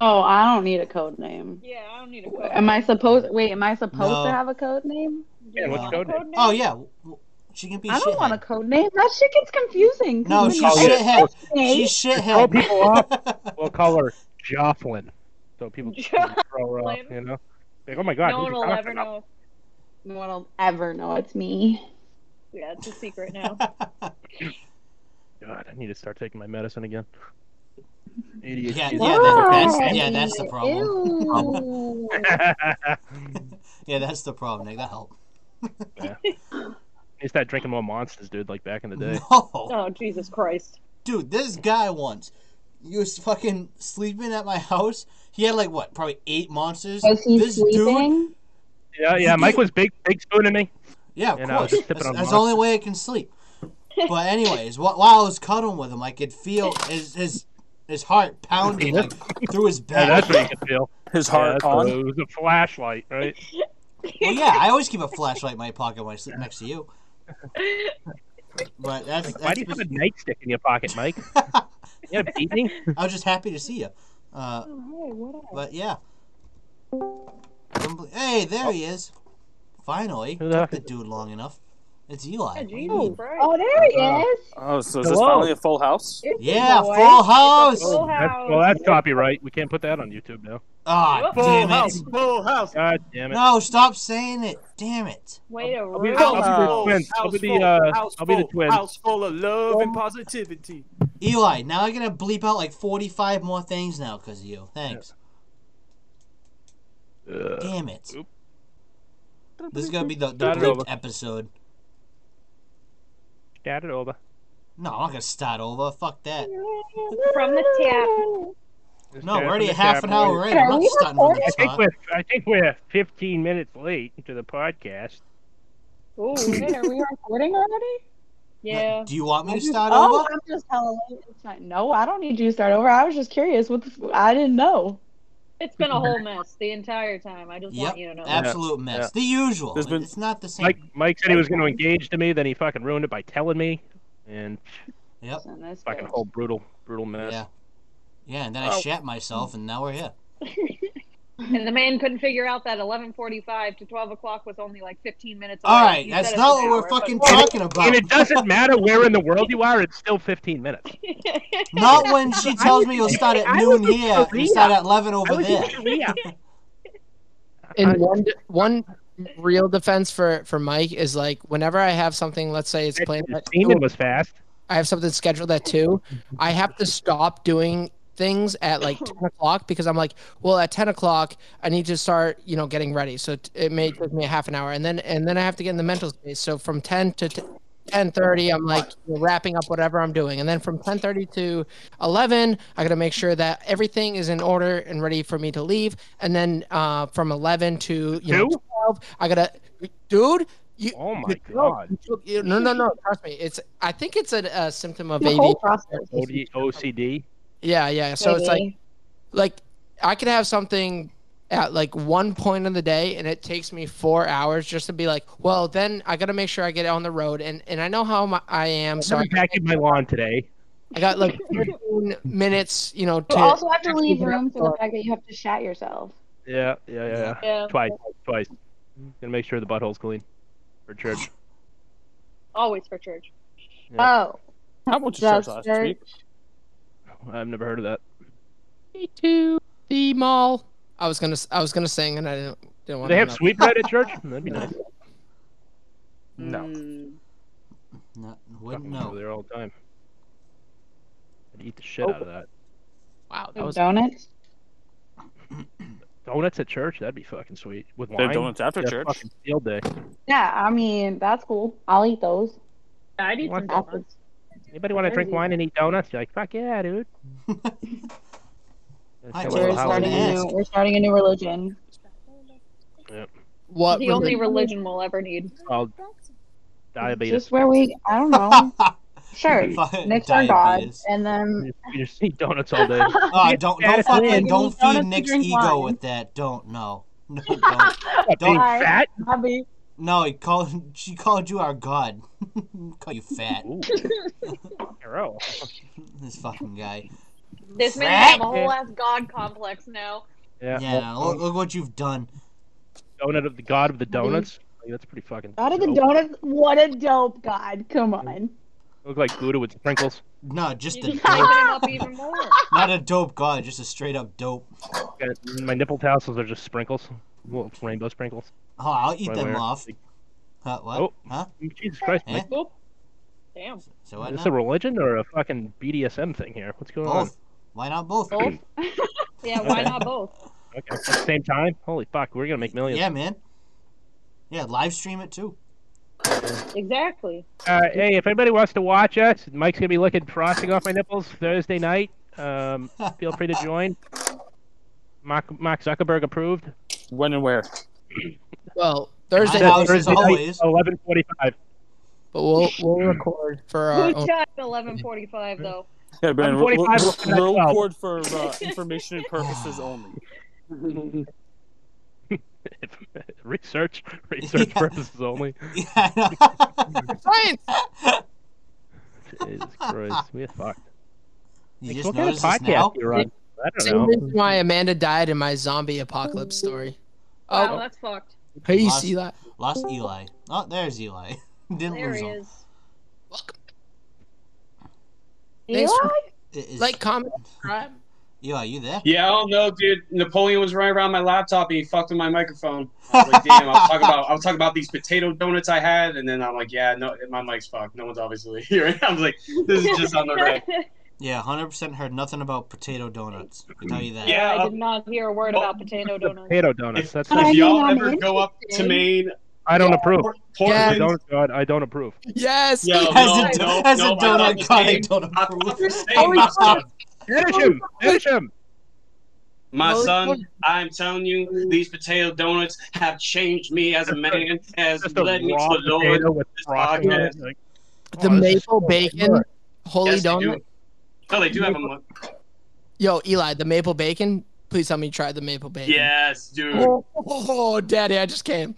S10: Oh, I don't need a code name.
S3: Yeah, I don't need a code.
S10: Am I supposed? Wait, am I supposed
S2: No.
S10: to have a code name?
S1: Yeah, what's
S2: Well-
S1: code name?
S2: Oh yeah, w- w- she can be.
S10: I don't
S2: shithead.
S10: want a code name. That shit gets confusing.
S2: No, she's
S1: call it-
S2: shithead. She's
S1: Throw
S2: shithead.
S1: people off. We'll call her Jocelyn. So people can throw her off,
S3: Jocelyn.
S1: you know? Like, oh my god.
S3: No
S1: who's
S3: one will
S1: Jocelyn?
S3: ever know.
S10: no one will ever know it's me.
S3: Yeah, it's a secret now.
S1: Oh God, I need to start taking my medicine again. Idiot.
S2: Yeah,
S1: shit.
S2: yeah, that- that's yeah, that's the problem.
S10: Ew.
S2: Yeah, that's the problem. Nick, that help.
S1: They start drinking more monsters, dude, like back in the day.
S2: No,
S3: Oh, Jesus Christ.
S2: dude, this guy once, he was fucking sleeping at my house. He had like what, probably eight monsters.
S10: Was he
S2: this dude,
S10: sleeping?
S1: Yeah, yeah. Mike was big, big spooning me.
S2: yeah, of
S1: And I was
S2: course.
S1: just sipping
S2: That's,
S1: on
S2: that's the only way I can sleep. But anyways, while, while I was cuddling with him, I could feel his his, his heart pounding like, through his
S1: Yeah,
S2: back.
S1: that's what you could feel.
S9: His
S1: Yeah,
S9: heart
S1: that's
S9: on.
S1: what- it was a flashlight, right?
S2: Well, yeah, I always keep a flashlight in my pocket when I sleep next to you. But
S1: Why
S2: that's, that's
S1: do you have a nightstick in your pocket, Mike? You gonna beat me?
S2: I was just happy to see you. Uh,
S3: Oh,
S2: but yeah. Comple- Hey, there he is. Finally,
S1: Who the
S2: took
S1: heck
S2: the
S1: is
S2: dude long enough. It's
S3: Yeah,
S2: Eli. What do you
S3: Jesus
S2: mean?
S3: Christ.
S10: Oh, there he
S2: Uh,
S10: is.
S9: Oh, so is this
S1: Hello.
S9: finally a full house?
S10: It's
S2: Yeah,
S10: a boy.
S2: full house.
S3: Full
S1: Oh, that's-
S3: house.
S1: well, that's copyright. We can't put that on YouTube now.
S2: Ah,
S3: Full
S2: damn it!
S9: full house.
S1: God damn it!
S2: No, stop saying it. Damn it!
S3: Way to
S1: I'll be,
S3: ruin
S1: I'll be
S9: House
S1: the twins. I'll be the, uh, I'll be the twins.
S9: full of love and positivity.
S2: Eli, now I'm gonna bleep out like 45 more things now because of you. Thanks.
S1: Ugh.
S2: Damn it.
S1: Oop.
S2: This is gonna be the, the
S1: Start it
S2: bleeped
S1: over.
S2: episode.
S1: Start it over.
S2: No, I'm not gonna start over. Fuck that.
S3: From the tap.
S1: Just
S2: No,
S1: start from
S2: we're already
S1: the
S2: half
S1: top.
S2: an hour in.
S10: Are
S2: I'm not
S10: we
S2: starting from
S1: I
S2: the
S1: think
S2: top.
S1: we're I think we're 15 minutes late to the podcast.
S3: Ooh,
S10: Wait, are we recording already?
S3: yeah.
S2: Do you want me
S10: I
S2: to
S10: just-
S2: start
S10: oh,
S2: over?
S10: I'm just hella late. It's not- No, I don't need you to start over. I was just curious. What the f- I didn't know.
S3: It's been a whole mess the entire time. I just
S2: Yep.
S3: want you to know. that.
S2: Absolute mess.
S1: yeah.
S2: The usual.
S4: There's been-
S2: It's not the same.
S1: Mike Mike said he was going to engage to me, then he fucking ruined it by telling me, and
S2: Yep.
S10: Listen, that's
S1: fucking
S10: good.
S1: whole brutal brutal mess.
S2: Yeah. Yeah, and then I
S4: Oh.
S2: shat myself, and now we're here.
S3: And the man couldn't figure out that 11:45 to 12 o'clock was only like 15 minutes.
S2: All
S3: away.
S2: right,
S3: You
S2: that's
S3: said
S2: not
S3: it's
S2: what
S3: an
S2: we're
S3: hour, but-
S2: fucking talking about.
S1: And it doesn't matter where in the world you are; it's still 15 minutes.
S2: Not when she tells me you'll start at
S1: I was
S2: noon
S1: in
S2: here and
S1: Korea.
S2: start at 11
S1: I
S2: over
S1: was
S2: there.
S1: in Korea.
S6: And one one real defense for for Mike is like whenever I have something, let's say it's planned at
S1: Semen was fast.
S6: I have something scheduled at two. I have to stop doing things at like 10 o'clock because I'm like, well, at 10 o'clock, I need to start, you know, getting ready. So t- it may take me a half an hour and then, and then I have to get in the mental space. So from 10 to 10 30, I'm like wrapping up whatever I'm doing. And then from 10 30 to 11, I got to make sure that everything is in order and ready for me to leave. And then, uh, from 11 to, you know,
S1: Two?
S6: 12, I got to, dude, you,
S1: Oh my
S6: you choke,
S1: god.
S6: you choke- you- No, no, no. Trust me. It's. I think it's a, a symptom of
S10: The whole
S6: ADHD.
S10: process.
S1: OD, OCD.
S6: Yeah, yeah. So it's like,
S10: Maybe.
S6: like I could have something at like one point in the day, and it takes me four hours just to be like, well, then I got to make sure I get on the road, and and I know how my, I am, so
S1: So
S6: I,
S1: I'm packing my lawn today.
S6: I got like 15 minutes, you know,
S10: You
S6: to
S10: also have to
S6: actually
S10: leave
S6: get
S10: room
S6: up
S10: for the
S6: for-
S10: fact that you have to shat yourself.
S1: Yeah, yeah, yeah. yeah.
S3: yeah,
S1: Twice, twice. Gonna make sure the butthole's clean for church.
S3: always for church.
S10: Oh,
S9: How much you charge
S10: Just
S9: last
S10: search.
S9: week?
S1: I've never heard of that.
S6: me to the mall. I was gonna, s- I was gonna sing, and I didn't, didn't
S1: Do
S6: want.
S1: they have
S6: to
S1: sweet bread at church? That'd be nice.
S9: No.
S10: Mm.
S2: No, wouldn't
S1: Fucking Over
S2: know.
S1: there all the time. I'd eat the shit out of that.
S6: Wow, that
S10: Like
S6: was
S10: donuts.
S1: Donuts at church? That'd be fucking sweet. With
S9: They
S1: wine.
S9: have donuts after
S1: That's
S9: church.
S1: Fucking field day.
S10: Yeah, I mean that's cool. I'll eat those.
S3: I need
S1: What?
S3: some donuts.
S1: Anybody want to drink
S3: Crazy.
S1: wine and eat donuts? You're like, fuck yeah, dude. That's
S2: Hi,
S1: kinda
S2: Well,
S10: We're
S1: what
S2: how
S10: starting
S2: would
S10: a
S1: Halloween
S2: you
S1: is.
S10: new.
S2: ask?
S10: We're starting a new religion.
S6: what
S3: the only
S6: really-
S3: religion we'll ever need.
S1: called diabetes.
S10: Just where we. I don't know. Sure.
S2: Fucking
S10: Nick's our god,
S2: diabetes.
S10: and then
S1: You just eat donuts all day.
S2: Oh, don't
S1: Add
S2: don't
S1: it
S2: fucking
S1: in.
S2: don't
S10: Donuts
S2: feed
S10: and
S2: Nick's
S10: drink
S2: ego
S10: wine.
S2: with that. Don't no. No, don't.
S1: What, being
S2: Don't-
S1: fat?
S10: Bobby.
S2: no, he called she called you our god. Call you fat.
S1: Ooh. Arrow.
S2: This fucking guy.
S3: This man has a whole ass god complex now.
S1: Yeah.
S2: Yeah, look, look what you've done.
S1: Oh, donut of the god of the donuts. Like, that's pretty fucking.
S10: Out of the
S1: dope.
S10: donuts. What a dope god. Come on.
S1: Look like Buddha with sprinkles.
S2: No, just
S3: You
S2: a
S3: just
S2: dope.
S3: hyping him up even more.
S2: Not a dope god, just a straight up dope.
S1: Got- My nipple tassels are just sprinkles. Little rainbow sprinkles.
S2: Oh, I'll eat
S1: Right
S2: them
S1: where-
S2: off. Huh, what?
S1: Oh.
S2: Huh?
S1: Jesus Christ,
S2: Eh?
S1: Mike.
S3: Boop. Damn.
S2: So what
S1: Is this
S2: now?
S1: a religion or a fucking BDSM thing here? What's going on?
S2: Both. Why not both?
S3: Both. Yeah,
S1: Okay.
S3: why not both?
S1: Okay. At the same time? Holy fuck, we're gonna make millions.
S2: Yeah, man. Yeah, live stream it too.
S3: Exactly.
S1: Uh, hey, if anybody wants to watch us, Mike's gonna be looking frosting off my nipples Thursday night. Um, feel free to join. Mark, Mark Zuckerberg approved.
S9: When and where?
S6: well Thursday.
S2: I know. Hours as
S1: Thursday
S2: always.
S1: eleven forty-five.
S6: But we'll we'll record for our
S3: Who
S6: own.
S3: time 11:45 though?
S9: Yeah, Ben.
S1: I'm
S9: We'll, we'll,
S1: 45
S9: we'll-
S1: at
S9: we'll
S1: 12.
S9: record for uh, information and purposes only.
S1: research, research
S2: Yeah.
S1: purposes only.
S2: Yeah, I know.
S6: Science.
S1: Jesus Christ, we're fucked.
S2: you
S1: Like,
S2: just
S1: what kind of
S2: noticed this now?
S1: podcast you run? I
S6: Same
S1: don't know.
S6: reason why Amanda died in my zombie apocalypse story.
S3: Wow,
S6: Oh,
S3: that's fucked.
S6: hey, you
S2: Lost-
S6: see that?
S2: Lost Eli. Oh, there's Eli. Didn't
S3: There
S2: lose
S3: he
S2: him.
S3: is.
S6: Thanks for-
S2: It is-
S6: Like, comment, subscribe.
S2: Eli, you there?
S11: Yeah, I don't know, dude. Napoleon was running around my laptop and he fucked with my microphone. I was like, damn, I was talking about I was talking about these potato donuts I had, and then I'm like, yeah, no, my mic's fucked. No one's obviously hearing. I was like, this is just on the red.
S2: Yeah, hundred percent heard nothing about potato donuts. I can tell you that.
S11: Yeah,
S3: I
S11: uh,
S3: did not hear a word
S11: well,
S3: about potato donuts.
S1: Potato donuts. That's
S10: I
S11: if
S10: mean,
S11: y'all
S10: I'm
S11: ever go up to
S3: interested.
S11: Maine,
S1: I don't approve.
S11: Port-
S6: Yeah.
S1: I
S11: Portland,
S1: don't. God, I don't approve.
S6: Yes.
S11: Yo, no,
S2: As
S11: no,
S2: a,
S11: no,
S2: as
S11: no,
S2: a
S11: I'm not
S2: donut guy, I
S11: saying-
S2: don't
S11: I'm not
S2: approve.
S11: saying my son.
S1: Finish him. Finish him.
S11: My
S6: Oh,
S11: son, I'm telling you, these potato donuts have changed me as a man, has
S1: Just a
S11: led me to
S1: raw
S11: the Lord.
S1: potato with
S11: this
S1: frosting on it.
S11: podcast.
S1: Like,
S6: The
S1: oh, this is
S6: maple
S1: so
S6: bacon,
S1: good.
S6: holy
S11: Yes, they
S6: donut.
S11: do. No, they do have a mo-
S6: Yo, Eli, the maple bacon. Please tell me you tried the maple bacon.
S11: Yes, dude.
S6: Oh, oh, oh, daddy, I just came.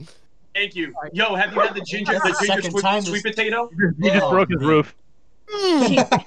S11: Thank you. Yo, have you had the ginger,
S2: That's the
S11: the ginger
S2: second
S11: sweet,
S2: time
S11: sweet
S2: this-
S11: potato?
S1: He just
S2: Oh,
S1: broke his
S2: man.
S1: roof.
S11: Dude,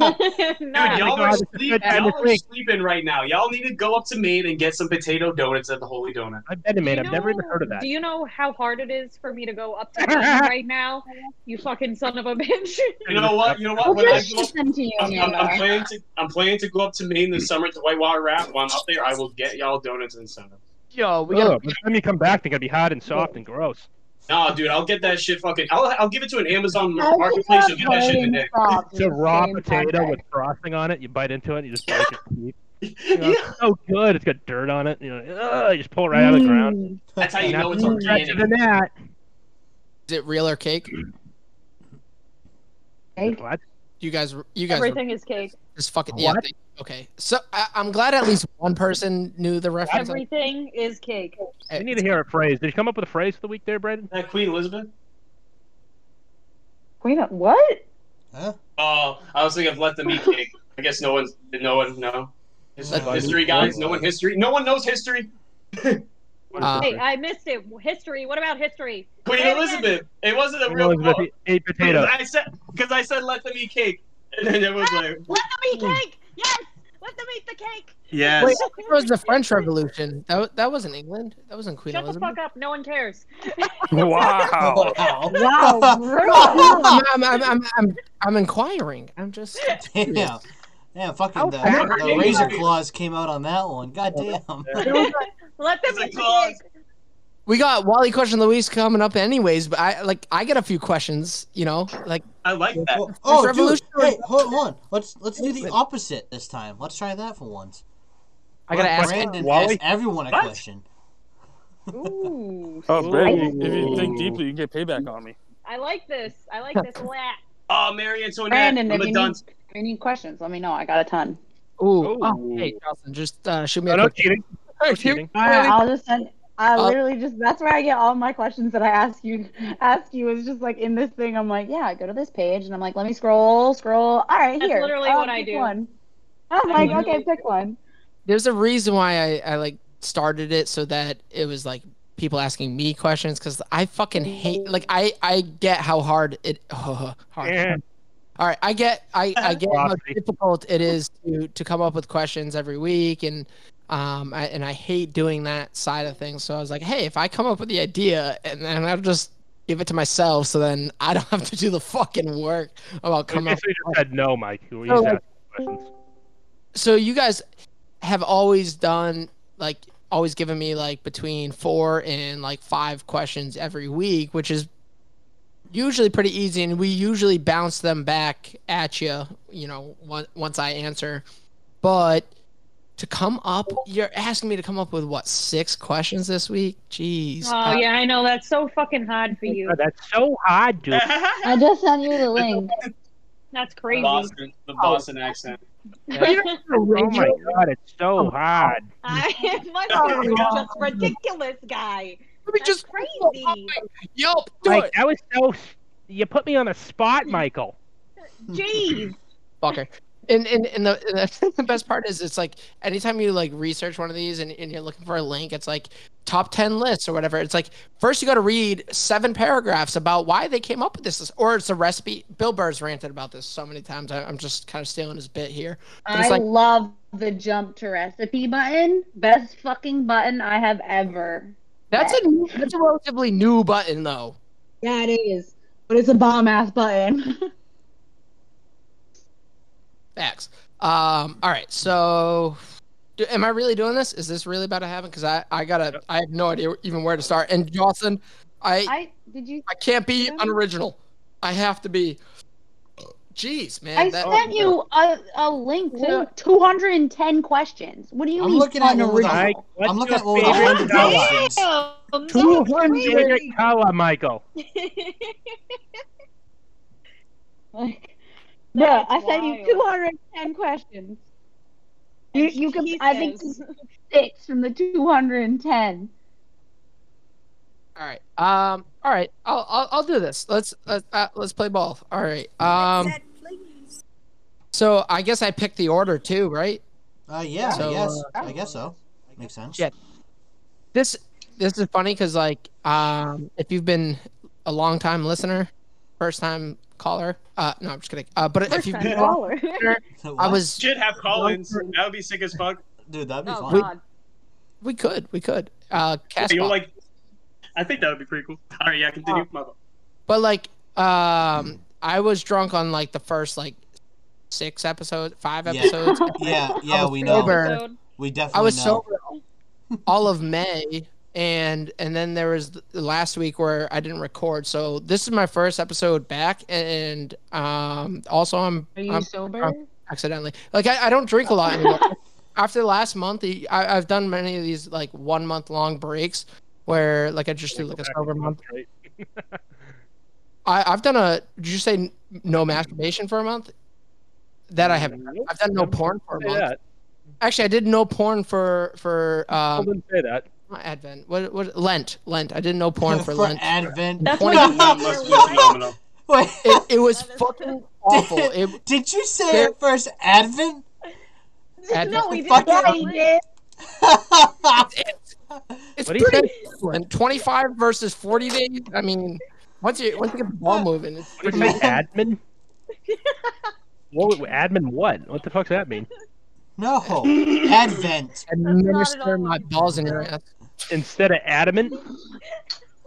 S3: Nah.
S11: y'all
S1: God,
S11: are,
S1: it's a
S11: sleep,
S1: good time
S11: y'all
S1: to
S11: are
S1: sleep.
S11: sleeping right now. Y'all need to go up to Maine and get some potato donuts at the Holy Donut.
S1: I've been to Maine.
S3: Do you
S1: I've never even
S3: know-
S1: heard of that.
S3: Do you know how hard it is for me to go up to Maine right now? You fucking son of a bitch.
S11: You know what? You know what? When I go up,
S10: to you,
S11: I'm, I'm, I'm planning to I'm planning to go up to Maine this summer to Whitewater Raft. While I'm up there, I will get y'all donuts and send them.
S6: Yo, we
S1: Ugh,
S6: got.
S1: by the time you come back, they're gonna be hard and soft and gross.
S11: No, dude, I'll get that shit fucking. I'll, I'll give it to an Amazon marketplace. You'll get that shit today.
S1: It's a raw potato with frosting on it. You bite into it, and you just break it. to eat. You know,
S11: Yeah.
S1: it's so good. It's got dirt on it. You know, ugh, you just pull it right out of the ground.
S3: Mm.
S11: That's how you know it's
S1: Nothing
S11: organic.
S1: better than that.
S6: Is it real or cake?
S1: What?
S6: You guys, you guys,
S3: Everything is cake.
S6: just fucking yeah.
S1: What?
S6: thank- okay, so I, I'm glad at least one person knew the reference.
S3: Everything is cake.
S6: I,
S1: We need to hear a phrase. Did you come up with a phrase for the week there, Brandon?
S11: That Queen Elizabeth?
S10: Wait, a- what?
S2: Huh?
S11: Oh, I was thinking of let them eat cake. I guess no one's no one no. Is that
S2: Let-
S11: history guys? No one history. No one knows history.
S6: Uh,
S3: Hey, I missed it. History. What about history?
S11: Queen
S3: Say it
S11: Elizabeth. It wasn't a
S1: Queen
S11: uh, real
S1: Elizabeth
S11: quote.
S1: ate potatoes.
S11: I said because I said let them eat cake, and then it was like
S3: Ah, Let them eat cake. Yes. Let them eat the cake.
S11: yes.
S6: Wait, I think it was the French Revolution. That wa- that was in England. That was in Queen
S3: Shut the
S6: Elizabeth.
S3: fuck up. No one cares.
S2: Wow.
S1: Wow.
S10: Wow,
S6: No, I'm, I'm, I'm, I'm, I'm, I'm inquiring. I'm just.
S2: damn. Damn, fucking
S1: How
S2: the,
S1: fat
S11: are
S2: the
S11: you?
S2: razor claws came out on that one. God damn.
S3: Let them
S11: It's a
S3: eat the
S11: clause.
S3: cake.
S6: We got Wally question Louise coming up anyways, but I like I got a few questions. You know, like
S11: I like that.
S2: Well, oh, dude.
S6: revolution
S2: Hey, hold on. Let's let's do the opposite this time. Let's try that for once.
S6: I gotta ask.
S2: Brandon
S1: Wally?
S2: asked everyone a
S11: What?
S2: question.
S3: Ooh.
S9: Oh, Brandon, if you think deeply, you can get payback on me.
S3: I like this. I like this a lot.
S11: Oh, Mary Antoinette.
S10: Brandon,
S11: I'm
S10: if
S11: a
S10: you
S11: dunce.
S10: need, if you need questions, let me know. I got a ton.
S6: Ooh,
S1: Ooh.
S6: oh, hey, Jocelyn, just uh, shoot me
S1: Oh, No,
S6: a
S1: no
S6: quick.
S1: cheating. No cheating.
S10: All right, I'll just send. I
S6: Uh,
S10: literally just that's where I get all my questions that I ask you ask you is just like in this thing I'm like yeah go to this page and I'm like let me scroll scroll all right
S3: That's
S10: here
S3: literally
S10: Oh,
S3: what I
S10: pick
S3: do.
S10: one. I'm
S3: I
S10: like
S3: literally-
S10: okay pick one
S6: There's a reason why I, I like started it so that it was like people asking me questions because I fucking hate like I I get how hard it hard.
S1: Yeah.
S6: All right, I get I, I get how
S1: Philosophy.
S6: difficult it is to to come up with questions every week and um I, and I hate doing that side of things. So I was like, hey, if I come up with the idea and then I'll just give it to myself, so then I don't have to do the fucking work about
S1: You
S6: coming up. Oh.
S1: basically just said no, Mike. You
S6: So,
S1: just
S6: like-
S1: asked questions.
S6: So you guys have always done like always given me like between four and like five questions every week, which is usually pretty easy, and we usually bounce them back at you. You know, on- once I answer, but to come up, you're asking me to come up with what six questions this week? Jeez.
S3: Oh yeah, I know that's so fucking hard for you.
S1: God, Oh, that's so hard, dude.
S10: I just sent you the link
S3: That's crazy.
S11: Boston, the Boston accent.
S1: Oh my god, it's so
S6: Oh.
S1: hard.
S3: I, my
S2: Oh,
S3: husband is just ridiculous guy.
S6: Let me
S3: That's
S6: just
S3: crazy.
S6: yelp. Do
S1: Mike,
S6: it,
S1: that was so. You put me on the spot, Michael.
S3: Jeez.
S6: fucker. And, and, and, the, and the- the best part is it's like anytime you like research one of these and, and you're looking for a link it's like top 10 lists or whatever it's like first you got to read seven paragraphs about why they came up with this list. or it's a recipe bill burr's ranted about this so many times I, i'm just kind of stealing his bit here But it's
S10: I
S6: like-
S10: love the jump to recipe button best fucking button I have ever
S6: that's a new- that's a relatively new button though
S10: yeah it is but it's a bomb ass button
S6: Facts. Um, all right, so do, am I really doing this? Is this really about to happen? Because I, I gotta, I have no idea even where to start. And Jocelyn, I,
S10: I did you
S6: I can't be unoriginal. I have to be Jeez, man.
S10: I
S6: that-
S10: sent you a, a link to 210 questions. What do you
S2: I'm
S10: mean?
S2: looking at
S10: fucking-
S2: what was on-
S1: Mike, what's
S2: I'm
S1: your
S2: looking at what was on
S1: favorite
S2: hundred
S1: color?
S2: dollars.
S3: Oh, Damn,
S1: Two
S3: that's
S1: hundred
S3: crazy.
S1: color, Michael.
S10: Like, bruh, I
S3: That's
S10: sent
S3: wild.
S10: you 210 questions. You,
S3: And
S10: you can,
S3: he
S10: I think
S3: says-
S10: six from the 210.
S6: All right. Um. All right. I'll I'll, I'll do this. Let's let's uh, let's play ball. All right. Um. So I guess I picked the order too, right?
S2: Uh, yeah,
S6: So,
S2: I guess.
S6: uh,
S2: I guess so. Makes sense.
S6: Yeah. This this is funny because like um if you've been a long time listener, first time caller. Uh no, I'm just kidding. Uh, but if
S3: First
S6: you've
S3: time
S6: been,
S3: caller.
S6: I
S2: What?
S6: was
S11: Should have Collins. That would be sick as fuck.
S2: Dude, that'd be
S3: Oh
S2: fun.
S3: god.
S6: we could we could uh cast
S11: You'll like. I think that would be pretty cool. All right, yeah, continue. My bad.
S6: But like, um, I was drunk on like the first like six episodes, five
S2: Yeah.
S6: episodes.
S2: Yeah,
S6: I
S2: yeah,
S6: was
S2: we know.
S6: sober.
S3: Episode.
S2: We
S6: I
S2: definitely
S6: was
S2: know.
S6: sober all of May, and and then there was the last week where I didn't record. So this is my first episode back, and um, also I'm
S10: Are you
S6: I'm
S10: sober?
S6: I'm- accidentally like I, I don't drink a lot anymore. After last month, I, I've done many of these like one month long breaks where like I just do like a sober month.
S9: Right.
S6: I, I've done a. Did you say n- no masturbation for a month? That I have.
S9: Nope.
S6: I've done no porn for a
S9: Say
S6: month.
S9: that.
S6: Actually, I did no porn for for
S9: I
S1: Oh,
S6: um,
S9: didn't say that.
S6: not Advent. What what Lent? Lent. I did no porn for Lent.
S2: Advent.
S3: That's
S6: Twenty-
S3: what you
S11: That
S3: said
S11: must be
S3: you're right.
S11: phenomenal.
S2: Wait,
S6: It, it was
S3: That is-
S6: fucking awful. It,
S2: did you say
S6: There-
S2: at first Advent?
S3: No, we
S2: Fuck
S3: didn't.
S10: Yeah, you did.
S6: it's
S1: What do you
S6: pretty excellent. Twenty five versus forty days. I mean, once you once you get the ball moving, it's
S1: What
S6: pretty
S1: did you say, admin? what, admin? What? What the fuck's that mean?
S2: no, Advent.
S6: administer
S3: all
S6: my
S3: what you
S6: balls in your ass.
S1: Instead of adamant,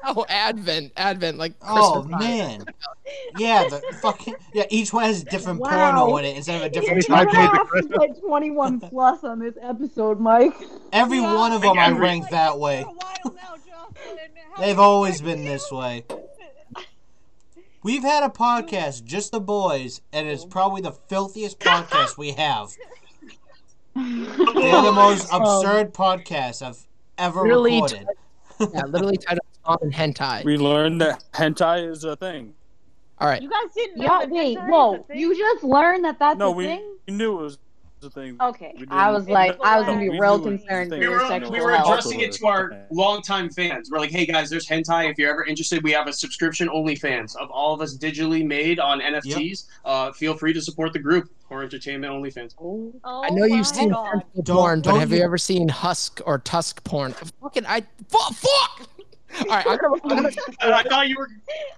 S6: Oh, Advent, Advent, like
S2: Oh
S6: Christmas time.
S2: man. Yeah, the fucking yeah. Each one has a different
S10: Wow.
S2: porno in it instead of a different
S1: It's not Five
S2: time.
S1: days of
S10: Wow,
S1: Christmas.
S10: like 21 plus on this episode, Mike.
S2: Every
S3: Yeah.
S2: one of them I
S9: Every-
S2: ranked that way.
S3: For a while now, Jocelyn. How
S2: They've
S3: you
S2: always
S3: expect
S2: been
S3: you?
S2: this way. We've had a podcast, just the boys, and it's probably the filthiest podcast we have. They're the most
S10: Um,
S2: absurd podcasts I've ever
S6: Really
S2: recorded.
S6: Yeah, literally titled "Mom and Hentai."
S9: We learned that hentai is a thing.
S6: All right.
S3: You guys didn't know
S10: yeah,
S3: that
S10: wait,
S3: hentai is a
S10: whoa.
S3: thing?
S10: You just learned that that's
S9: no,
S10: a
S9: we,
S10: thing?
S9: we knew it was a thing.
S10: Okay.
S9: We
S10: I was
S9: didn't-
S10: like, I was
S9: No,
S10: going to
S9: we
S10: be real
S9: knew it was a
S10: concerned for
S9: thing.
S11: We
S10: your
S11: were,
S10: sexual
S11: we were
S10: health.
S11: addressing it to our longtime fans. We're like, hey guys, there's hentai. If you're ever interested, we have a subscription only fans of all of us digitally made on NFTs. Uh, feel free to support the group or entertainment only fans.
S3: Oh
S6: I know
S3: my
S6: you've seen
S3: God.
S6: tentacle
S2: Don't-
S6: porn, but
S2: don't
S6: have
S2: you-
S6: you ever seen husk or tusk porn? Fucking I fuck. fuck! All right, I'm gonna, I'm gonna
S11: I thought you were,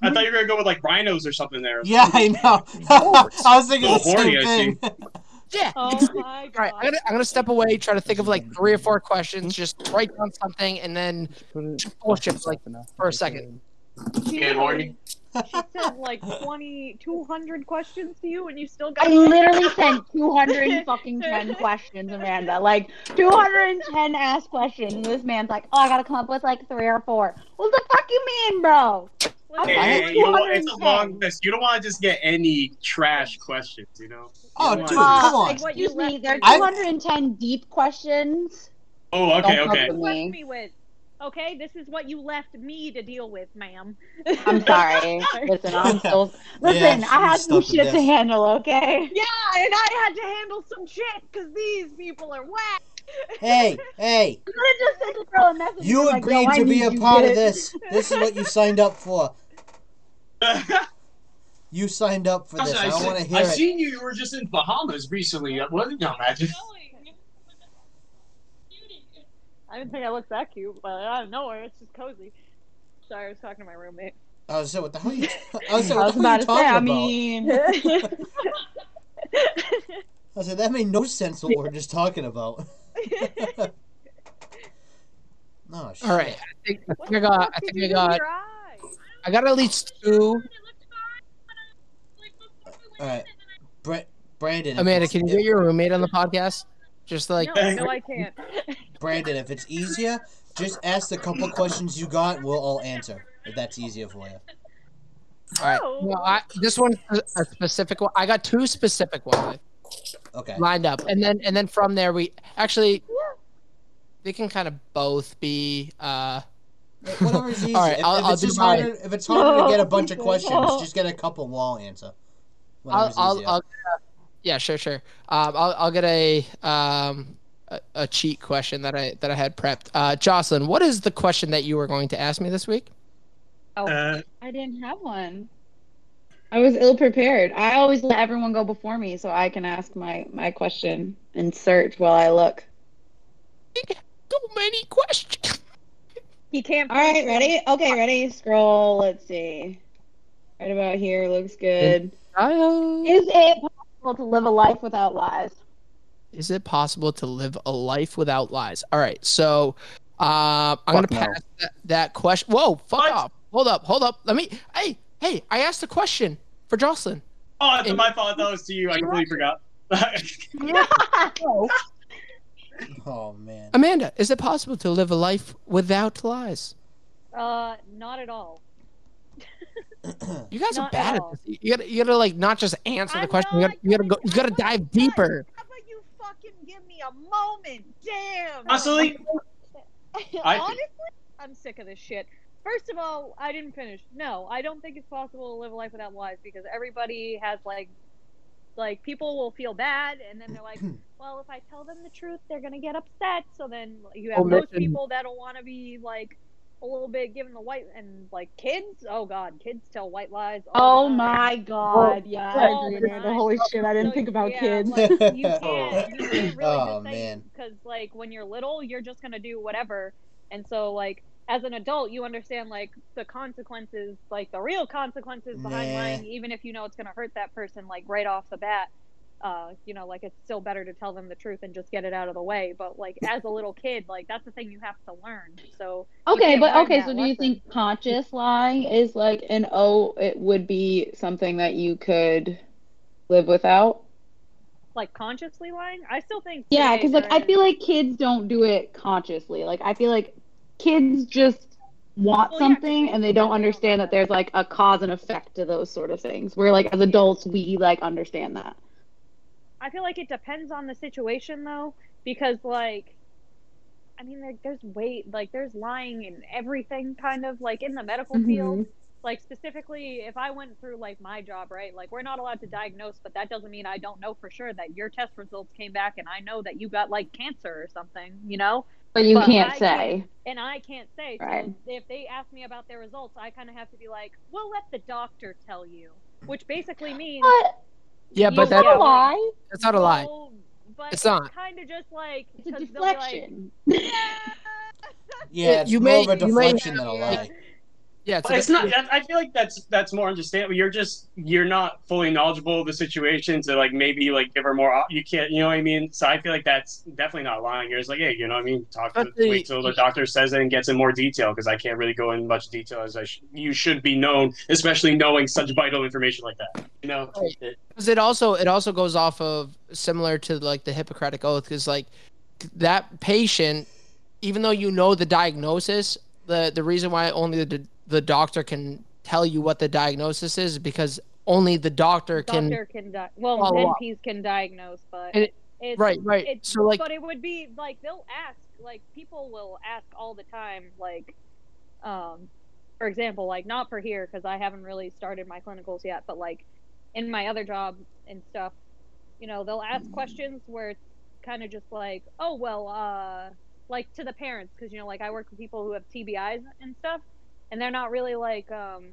S11: I thought you were gonna go with like rhinos or something there.
S2: Yeah, I know. I was thinking
S11: Oh,
S2: the
S11: horny,
S2: same
S11: I
S2: thing.
S6: yeah.
S3: Oh
S6: exactly. All
S3: my
S6: right, I'm
S3: god.
S6: gonna I'm gonna step away, try to think of like three or four questions, just write down something, and then just bullshit like for a second.
S3: She
S11: Yeah, Lori.
S3: She said like 20, 200 questions to you, and you still got.
S10: I literally sent 200 fucking 10 questions, Amanda. Like, 210 ass questions. And this man's like, oh, I gotta come up with like three or four. What the fuck you mean, bro?
S3: Listen,
S11: Hey,
S10: Like
S11: you know what? it's a
S10: 210.
S11: long list. You don't want to just get any trash questions, you know?
S2: Oh,
S11: You don't
S2: dude,
S11: wanna-
S10: Uh,
S2: come on.
S3: like what you
S10: Excuse me,
S3: left
S10: there are
S3: me
S2: I-
S10: 210 deep questions.
S11: Oh, okay,
S10: Don't
S11: okay.
S10: fuck
S3: you
S10: with
S3: left
S10: me.
S3: me with. Okay, this is what you left me to deal with, ma'am.
S10: I'm sorry. Listen, I'm so. Listen,
S2: Yeah,
S10: I have
S2: she's stuck
S10: some
S2: with
S10: shit to
S2: this.
S10: handle, okay?
S3: Yeah, and I had to handle some shit because these people are whack.
S2: Hey, hey,
S10: You could have just sent a girl a message.
S2: you
S10: like,
S2: agreed
S10: yo, I
S2: to be
S10: need
S2: a
S10: you
S2: part of
S10: get-
S2: this. This is what you signed up for. You signed up for this. I don't want to hear
S11: I've
S2: it.
S11: seen you. You were just in Bahamas recently. What did you imagine?
S3: I didn't think I looked that cute, but I don't know her. It's just cozy. Sorry, I was talking to my roommate.
S2: I was like, what the hell are you? I was
S10: I
S2: like, what
S10: was
S2: the hell are
S10: about
S2: you
S10: to say, I
S2: talking about?
S10: mean.
S2: I said that made no sense what we're just talking about. no shit.
S6: All right, I think I, think I got I think I got I got at least two.
S2: All right. Brett, Brandon. if
S6: Amanda,
S2: it's- e-,
S6: can you get your roommate on the podcast? Just like
S3: no, no, I can't.
S2: Brandon, if it's easier, just ask the couple questions you got, and we'll all answer if that's easier for you.
S6: All right.
S3: Oh.
S6: Well, I, this one, a specific one. I got two specific ones
S2: Okay.
S6: lined up, and then and then from there we actually they can kind of both be. uh
S2: Whatever is easy.
S6: All right,
S2: if,
S6: I'll-
S2: if
S6: I'll
S2: it's
S6: do
S2: just
S6: mine.
S2: harder, if it's harder to get a
S10: No,
S2: bunch of
S10: please
S2: questions,
S10: don't.
S2: just get a couple wall answer.
S6: I'll,
S2: Whatever's
S6: I'll,
S2: easier.
S6: I'll yeah, sure, sure. Um, I'll I'll get a um a, a cheat question that I that I had prepped. Uh, Jocelyn, what is the question that you were going to ask me this week?
S11: Uh,
S10: I didn't have one. I was ill prepared. I always let everyone go before me so I can ask my my question and search while I look.
S6: So many questions.
S3: He can't.
S10: All right, ready? Okay, ready. Scroll. Let's see. Right about here looks good.
S6: Uh,
S10: Is it possible to live a life without lies?
S6: Is it possible to live a life without lies? All right, so uh, I'm gonna
S9: Fuck no.
S6: pass that, that question. Whoa, fuck
S11: What?
S6: off! Hold up, hold up. Let me. Hey, hey, I asked a question for Jocelyn.
S11: oh, it's my fault. That was to you. I completely forgot.
S2: Oh man.
S6: Amanda, is it possible to live a life without lies?
S3: Uh, not at all.
S6: You guys
S3: Not
S6: are bad
S3: at
S6: at
S3: all.
S6: this. You gotta, you gotta like not just answer the
S5: I'm
S6: question. You
S5: not
S6: gotta, you gotta
S5: going
S6: go. You
S5: to.
S6: gotta
S5: I'm not
S6: dive
S5: going.
S6: deeper.
S5: How about you fucking give me a moment? Damn.
S11: Honestly, I-
S3: Honestly, I'm sick of this shit. First of all, I didn't finish. No, I don't think it's possible to live a life without lies because everybody has like, like people will feel bad, and then they're like, well, if I tell them the truth, they're gonna get upset. So then you have those
S6: Omission.
S3: people that'll want to be like a little bit given the white and like kids. Oh God, kids tell white lies. all
S10: Oh
S3: the time.
S10: my Oh, god. Yeah,
S3: All
S10: I
S3: the
S10: agree, Amanda.
S3: time.
S10: Holy shit, I didn't
S3: So,
S10: think about
S3: yeah,
S10: kids.
S3: Like, you can't, you can't really
S2: Oh,
S3: just
S2: man.
S3: because like when you're little, you're just gonna do whatever, and so like as an adult, you understand like the consequences, like the real consequences behind
S2: Nah.
S3: lying, even if you know it's gonna hurt that person like right off the bat. Uh, you know, like it's still better to tell them the truth and just get it out of the way. But like as a little kid, like that's the thing you have to learn. So
S10: Okay,
S3: can't
S10: but
S3: learn
S10: okay,
S3: that
S10: so do you
S3: lesson.
S10: think conscious lying is like an oh, it would be something that you could live without?
S3: like consciously lying, I still think
S10: Yeah,
S3: today
S10: because like I
S3: there-
S10: feel like kids don't do it consciously. Like I feel like kids just want
S3: Well, yeah, 'cause
S10: something
S3: they-
S10: and they
S3: they
S10: don't
S3: don't
S10: understand that
S3: know.
S10: there's like a cause and effect to those sort of things. Where like as adults we like understand that.
S3: I feel like it depends on the situation though, because like, I mean, there, there's weight, like there's lying in everything, kind of like in the medical field. Like specifically, if I went through like my job, right? Like we're not allowed to diagnose, but that doesn't mean I don't know for sure that your test results came back and I know that you got like cancer or something, you know?
S10: But you
S3: But
S10: can't
S3: I
S10: say.
S3: and I can't say.
S10: Right.
S3: So if they ask me about their results, I kind of have to be like, "We'll let the doctor tell you," which basically means
S10: But
S6: Yeah,
S3: You
S6: but that,
S3: gotta
S10: a lie.
S6: that's not a lie.
S3: No, but
S6: It's not.
S3: kind of just like
S10: It's a
S3: 'cause they'll be like,
S10: deflection.
S2: Yeah, it's
S6: you
S2: more
S6: may-
S2: of a
S6: you may-
S2: deflection than a lie.
S6: Yeah,
S11: But it's not. That, I feel like that's that's more understandable. You're just you're not fully knowledgeable of the situation to like maybe like give her more. op- You can't. You know what I mean? So I feel like that's definitely not lying. You're just like, hey, you know what I mean? Talk. To,
S6: But the-
S11: wait till the doctor says it and gets in more detail because I can't really go in much detail as I sh- you should be known, especially knowing such vital information like that. You know.
S6: Right.
S11: It-
S6: because it also it also goes off of similar to like the Hippocratic Oath because like that patient, even though you know the diagnosis, the the reason why only the the doctor can tell you what the diagnosis is because only the doctor can
S3: doctor can, di- well
S6: follow up.
S3: NPs can diagnose, but
S6: And it-
S3: it's,
S6: right right
S3: It's,
S6: so like
S3: but it would be like they'll ask, like people will ask all the time, like, um, for example, like not for here because I haven't really started my clinicals yet, but like in my other job and stuff, you know, they'll ask questions where it's kind of just like, oh well, uh, like to the parents because you know, like I work with people who have TBIs and stuff, and they're not really like um,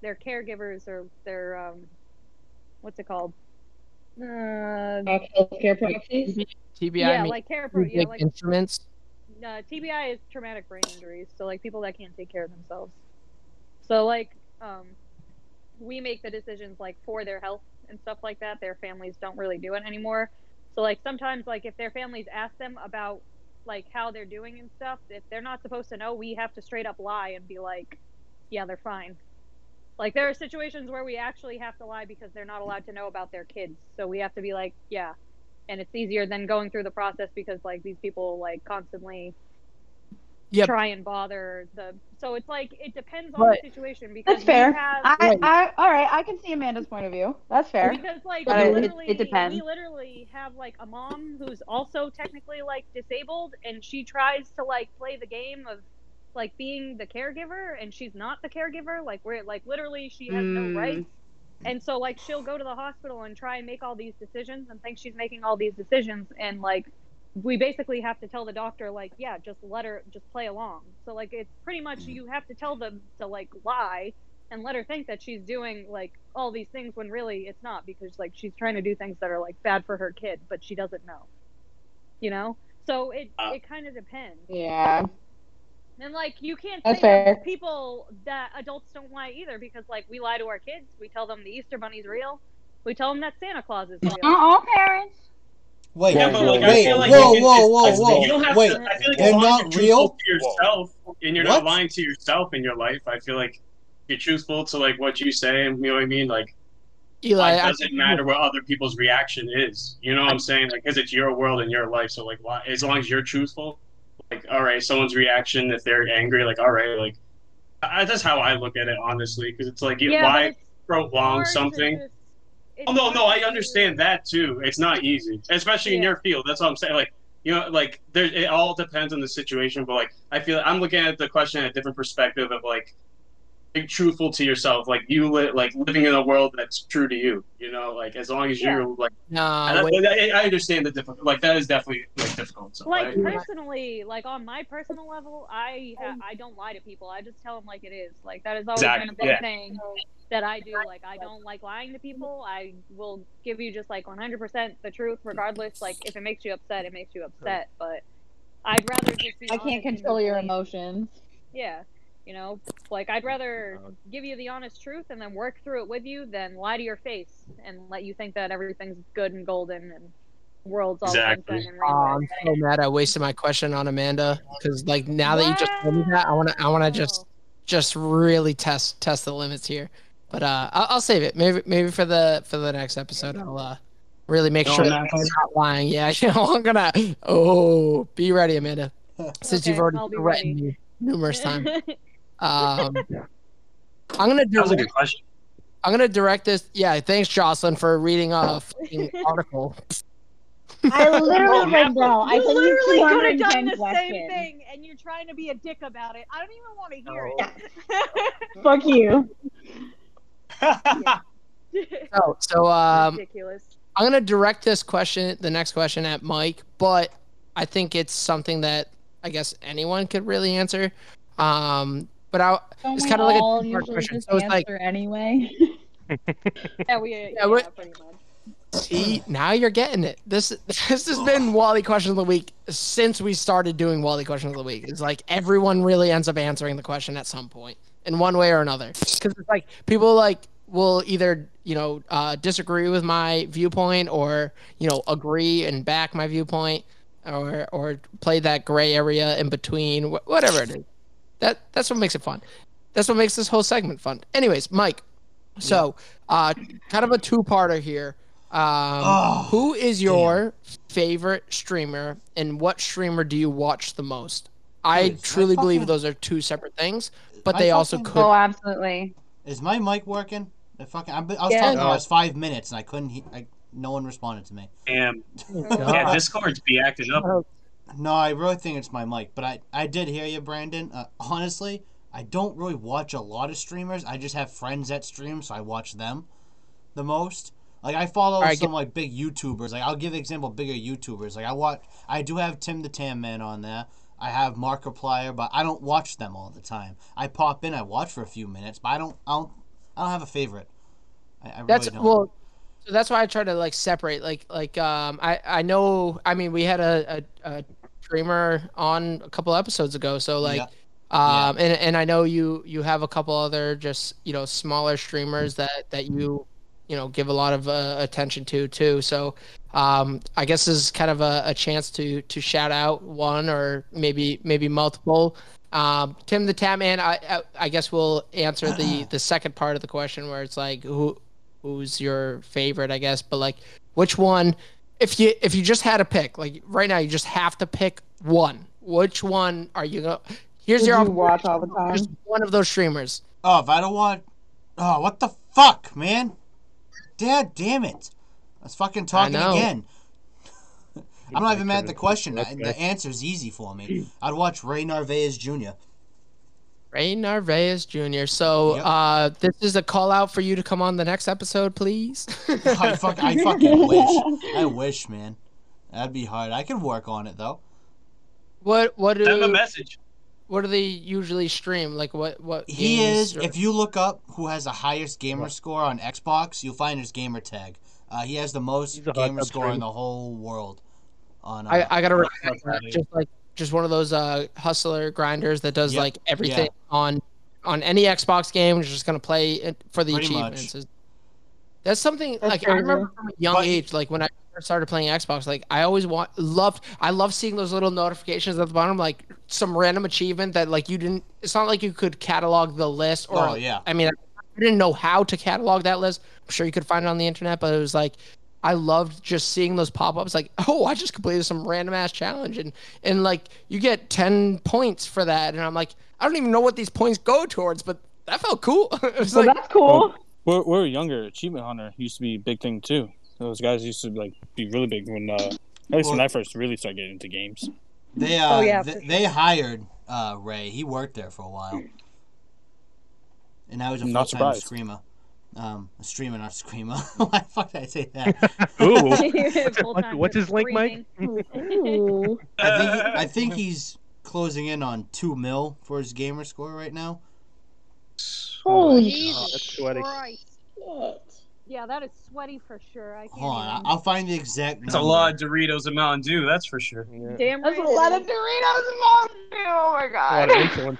S3: their caregivers or their um, what's it called? Uh,
S10: Healthcare proxies.
S6: TBI
S3: yeah,
S6: means,
S3: like care pro- yeah,
S6: like,
S3: like
S6: instruments.
S3: uh, TBI is traumatic brain injuries, so like people that can't take care of themselves. So like, um, we make the decisions like for their health and stuff like that. Their families don't really do it anymore. So like sometimes like if their families ask them about like how they're doing and stuff, if they're not supposed to know, we have to straight up lie and be like, yeah, they're fine. Like there are situations where we actually have to lie because they're not allowed to know about their kids. So we have to be like, yeah, and it's easier than going through the process because like these people like constantly
S6: Yep.
S3: try and bother the. So it's like it depends on
S6: Right.
S3: the situation because
S10: That's fair.
S3: We have,
S10: I, I, all right, I can see Amanda's point of view. That's fair.
S3: Because like
S10: But
S3: we
S10: it- it-
S3: literally,
S10: it depends.
S3: We literally have like a mom who's also technically like disabled, and she tries to like play the game of like being the caregiver, and she's not the caregiver. Like we're like literally she has
S6: Mm.
S10: Hmm.
S3: no rights, and so like she'll go to the hospital and try and make all these decisions, and think she's making all these decisions, and like we basically have to tell the doctor like yeah just let her just play along so like it's pretty much
S10: Hmm.
S3: you have to tell them to like lie and let her think that she's doing like all these things when really it's not because like she's trying to do things that are like bad for her kid but she doesn't know you know so it
S11: Uh.
S3: it kind of depends
S10: Yeah.
S3: and like you can't
S10: That's
S3: say that
S10: fair.
S3: people that adults don't lie either because like we lie to our kids we tell them the easter bunny's real we tell them that santa claus is real
S10: Not all parents.
S2: Wait,
S11: Yeah, but like I
S2: wait,
S11: feel like
S2: whoa,
S11: you can
S2: whoa,
S11: just-
S2: whoa,
S11: like,
S2: whoa,
S11: You don't have
S2: wait.
S11: to. I feel like
S2: they're
S11: as long
S2: not
S11: as you're truthful
S2: real?
S11: to yourself, and you're
S2: What?
S11: not lying to yourself in your life. I feel like you're truthful to like what you say, and you know what I mean. Like
S6: Eli,
S11: it
S6: I-
S11: doesn't matter what other people's reaction is. You know what I'm saying? Like because it's your world and your life. So like, why, as long as you're truthful, like all right, someone's reaction if they're angry, like all right, like I, that's how I look at it honestly. Because it's like you
S3: yeah, but
S11: why
S3: it's
S11: prolong
S3: hard to
S11: something.
S3: just- it's
S11: Oh, no,
S3: hard
S11: no, I
S3: to-
S11: understand that too. It's not easy, especially in
S3: Yeah.
S11: your field. That's what I'm saying. Like, you know, like there, it all depends on the situation. But like, I feel I'm looking at the question at a different perspective of like being truthful to yourself. Like you, li- like living in a world that's true to you. You know, like as long as you're like, and
S6: no,
S11: that-
S6: wait,
S11: I, I understand the difficult. Like that is definitely like difficult. So,
S3: like
S11: I-
S3: personally like on my personal level i ha- i don't lie to people i just tell them like it is like that has always been a big
S11: Exactly, yeah.
S3: thing that i do like i don't like lying to people i will give you just like 100% the truth regardless like if it makes you upset it makes you upset but i'd rather just be
S10: I can't
S3: honest and
S10: control your
S3: just, like,
S10: emotions.
S3: yeah you know like i'd rather
S11: Uh-huh.
S3: give you the honest truth and then work through it with you than lie to your face and let you think that everything's good and golden and world's all
S11: Exactly.
S3: sunshine and
S6: oh,
S3: rainbows.
S6: I'm so mad. I wasted my question on Amanda because, like, now that you just told me that, I wanna, I wanna just, just really test, test the limits here. But uh, I'll, I'll save it. Maybe, maybe for the, for the next episode, I'll uh, really make
S11: No,
S6: sure that
S11: that's-
S6: I'm not lying. Yeah, you know, I'm gonna. Oh, be ready, Amanda. Since you've
S3: Okay,
S6: already
S3: I'll be
S6: threatened me numerous times. Um, I'm gonna
S11: that was
S6: direct,
S11: a good question.
S6: I'm gonna direct this. Yeah, thanks, Jocelyn, for reading a fucking article.
S10: I literally read no. I
S5: you
S10: said
S5: literally
S10: you
S5: could have done
S10: 210
S5: the same
S10: questions.
S5: thing, and you're trying to be a dick about it. I don't even want to hear
S9: No.
S5: it.
S10: Fuck you.
S6: So, so um,
S3: ridiculous
S6: I'm gonna direct this question, the next question, at Mike, but I think it's something that I guess anyone could really answer. Um, but I,
S10: Don't
S6: It's
S10: we
S6: kinda like a
S10: all
S6: two-part
S10: usually
S6: question,
S10: just
S6: so it's like-
S10: answer anyway.
S3: Yeah, we. yeah,
S6: we-
S3: pretty much.
S6: see, now you're getting it. This this has been Wally Question of the Week since we started doing Wally Question of the Week. It's like everyone really ends up answering the question at some point in one way or another. Because it's like people like will either you know uh, disagree with my viewpoint or you know agree and back my viewpoint or or play that gray area in between wh- whatever it is. That that's what makes it fun. That's what makes this whole segment fun. Anyways, Mike. So, uh, kind of a two-parter here. Um,
S2: Oh,
S6: who is your favorite streamer and what streamer do you watch the most? I
S2: Dude, I
S6: truly believe
S2: fucking-
S6: those are two separate things, but
S2: I
S6: they also
S2: fucking-
S6: could.
S10: absolutely.
S2: Is my mic working? The fucking, I'm, I was
S10: Yeah.
S2: talking for the last five minutes and I couldn't. He- I, no one responded to me.
S11: Damn.
S6: God.
S11: Yeah, Discord's be acting up.
S2: No, I really think it's my mic, but I, I did hear you, Brandon. Uh, honestly, I don't really watch a lot of streamers. I just have friends that stream, so I watch them the most. Like I follow
S6: Alright,
S2: some like big YouTubers. Like I'll give example bigger YouTubers. Like I watch, I do have Tim the Tam Man on there. I have Markiplier, but I don't watch them all the time. I pop in, I watch for a few minutes, but I don't, I don't, I don't have a favorite. I, I
S6: That's
S2: really don't.
S6: well. So that's why I try to like separate. Like like um I I know I mean we had a a, a streamer on a couple episodes ago. So like
S2: Yeah.
S6: um and and I know you you have a couple other just you know smaller streamers that that you you know give a lot of uh, attention to too. So um I guess this is kind of a, a chance to to shout out one or maybe maybe multiple. Um, Tim the Tatman, I, I I guess we'll answer the the second part of the question where it's like who who's your favorite, I guess, but like which one if you if you just had to pick, like right now you just have to pick one. Which one are you going? to Here's
S10: Would
S6: your
S10: you
S6: offer.
S10: watch all the time?
S6: Here's one of those streamers.
S2: Oh, if I don't want. Oh, what the fuck, man? Dad, damn it! I was fucking talking
S6: know.
S2: again. I'm not even mad at the
S1: That's
S2: question.
S1: good.
S2: I, the answer's easy for me. I'd watch Ray Narvaez Jr.
S6: Ray Narvaez Jr. So
S2: Yep.
S6: uh, this is a call out for you to come on the next episode, please.
S2: I, fuck, I fucking wish. I wish, man. That'd be hard. I could work on it though.
S6: what what
S11: Send him a
S6: do
S11: message.
S6: what do they usually stream? Like what what
S2: He
S6: games
S2: is.
S6: or-
S2: If you look up who has the highest gamer score on Xbox, you'll find his gamer tag. Uh, he has the most
S1: He's a hot
S2: gamer
S1: tub
S2: score in
S1: string.
S2: the whole world. On uh,
S6: I, I gotta
S11: That's
S6: recommend
S11: not
S6: that.
S11: funny.
S6: just like just one of those uh, hustler grinders that does
S2: Yep.
S6: like everything on on any Xbox game. You're just gonna play it for the
S2: Pretty
S6: achievements. That's something
S10: That's
S6: like I
S10: crazy.
S6: remember from a young
S2: But-
S6: age, like when I first started playing Xbox, like I always want loved I love seeing those little notifications at the bottom, like some random achievement that like you didn't. It's not like you could catalog the list or
S2: oh yeah.
S6: I mean, I didn't know how to catalog that list. I'm sure you could find it on the internet, but it was like I loved just seeing those pop ups. Like, oh, I just completed some random ass challenge, and and like you get ten points for that, and I'm like, I don't even know what these points go towards, but that felt cool. it was
S10: Well,
S6: like,
S10: that's cool.
S9: We're, we're younger. Achievement Hunter used to be a big thing too. Those guys used to like be really big when, uh, at least when
S2: Well-
S9: I first really started getting into games.
S2: They uh,
S5: Oh, yeah,
S2: th-
S5: for sure.
S2: they hired uh, Ray. He worked there for a while, and now he's a full
S9: Not
S2: time
S9: surprised.
S2: screamer. Um, a streamer, not screamer. Why the fuck did I say that?
S1: Ooh.
S3: Full-time
S1: what's his link, Mike?
S3: breathing.
S10: Ooh.
S2: I think I think he's closing in on two mil for his gamer score right now.
S10: Holy
S1: Oh, That's sweaty.
S5: Christ.
S10: shit.
S5: Yeah, that is sweaty for sure. I can't.
S2: Hold on, I-
S5: even-
S2: I'll find the exact.
S11: That's a
S2: number.
S11: lot of Doritos and Mountain Dew. That's for sure.
S1: Yeah.
S3: Damn
S10: That's a
S3: right
S10: lot
S3: it
S10: of
S3: is.
S10: Doritos and Mountain Dew. Oh my
S1: A lot of
S10: god.
S1: insulin.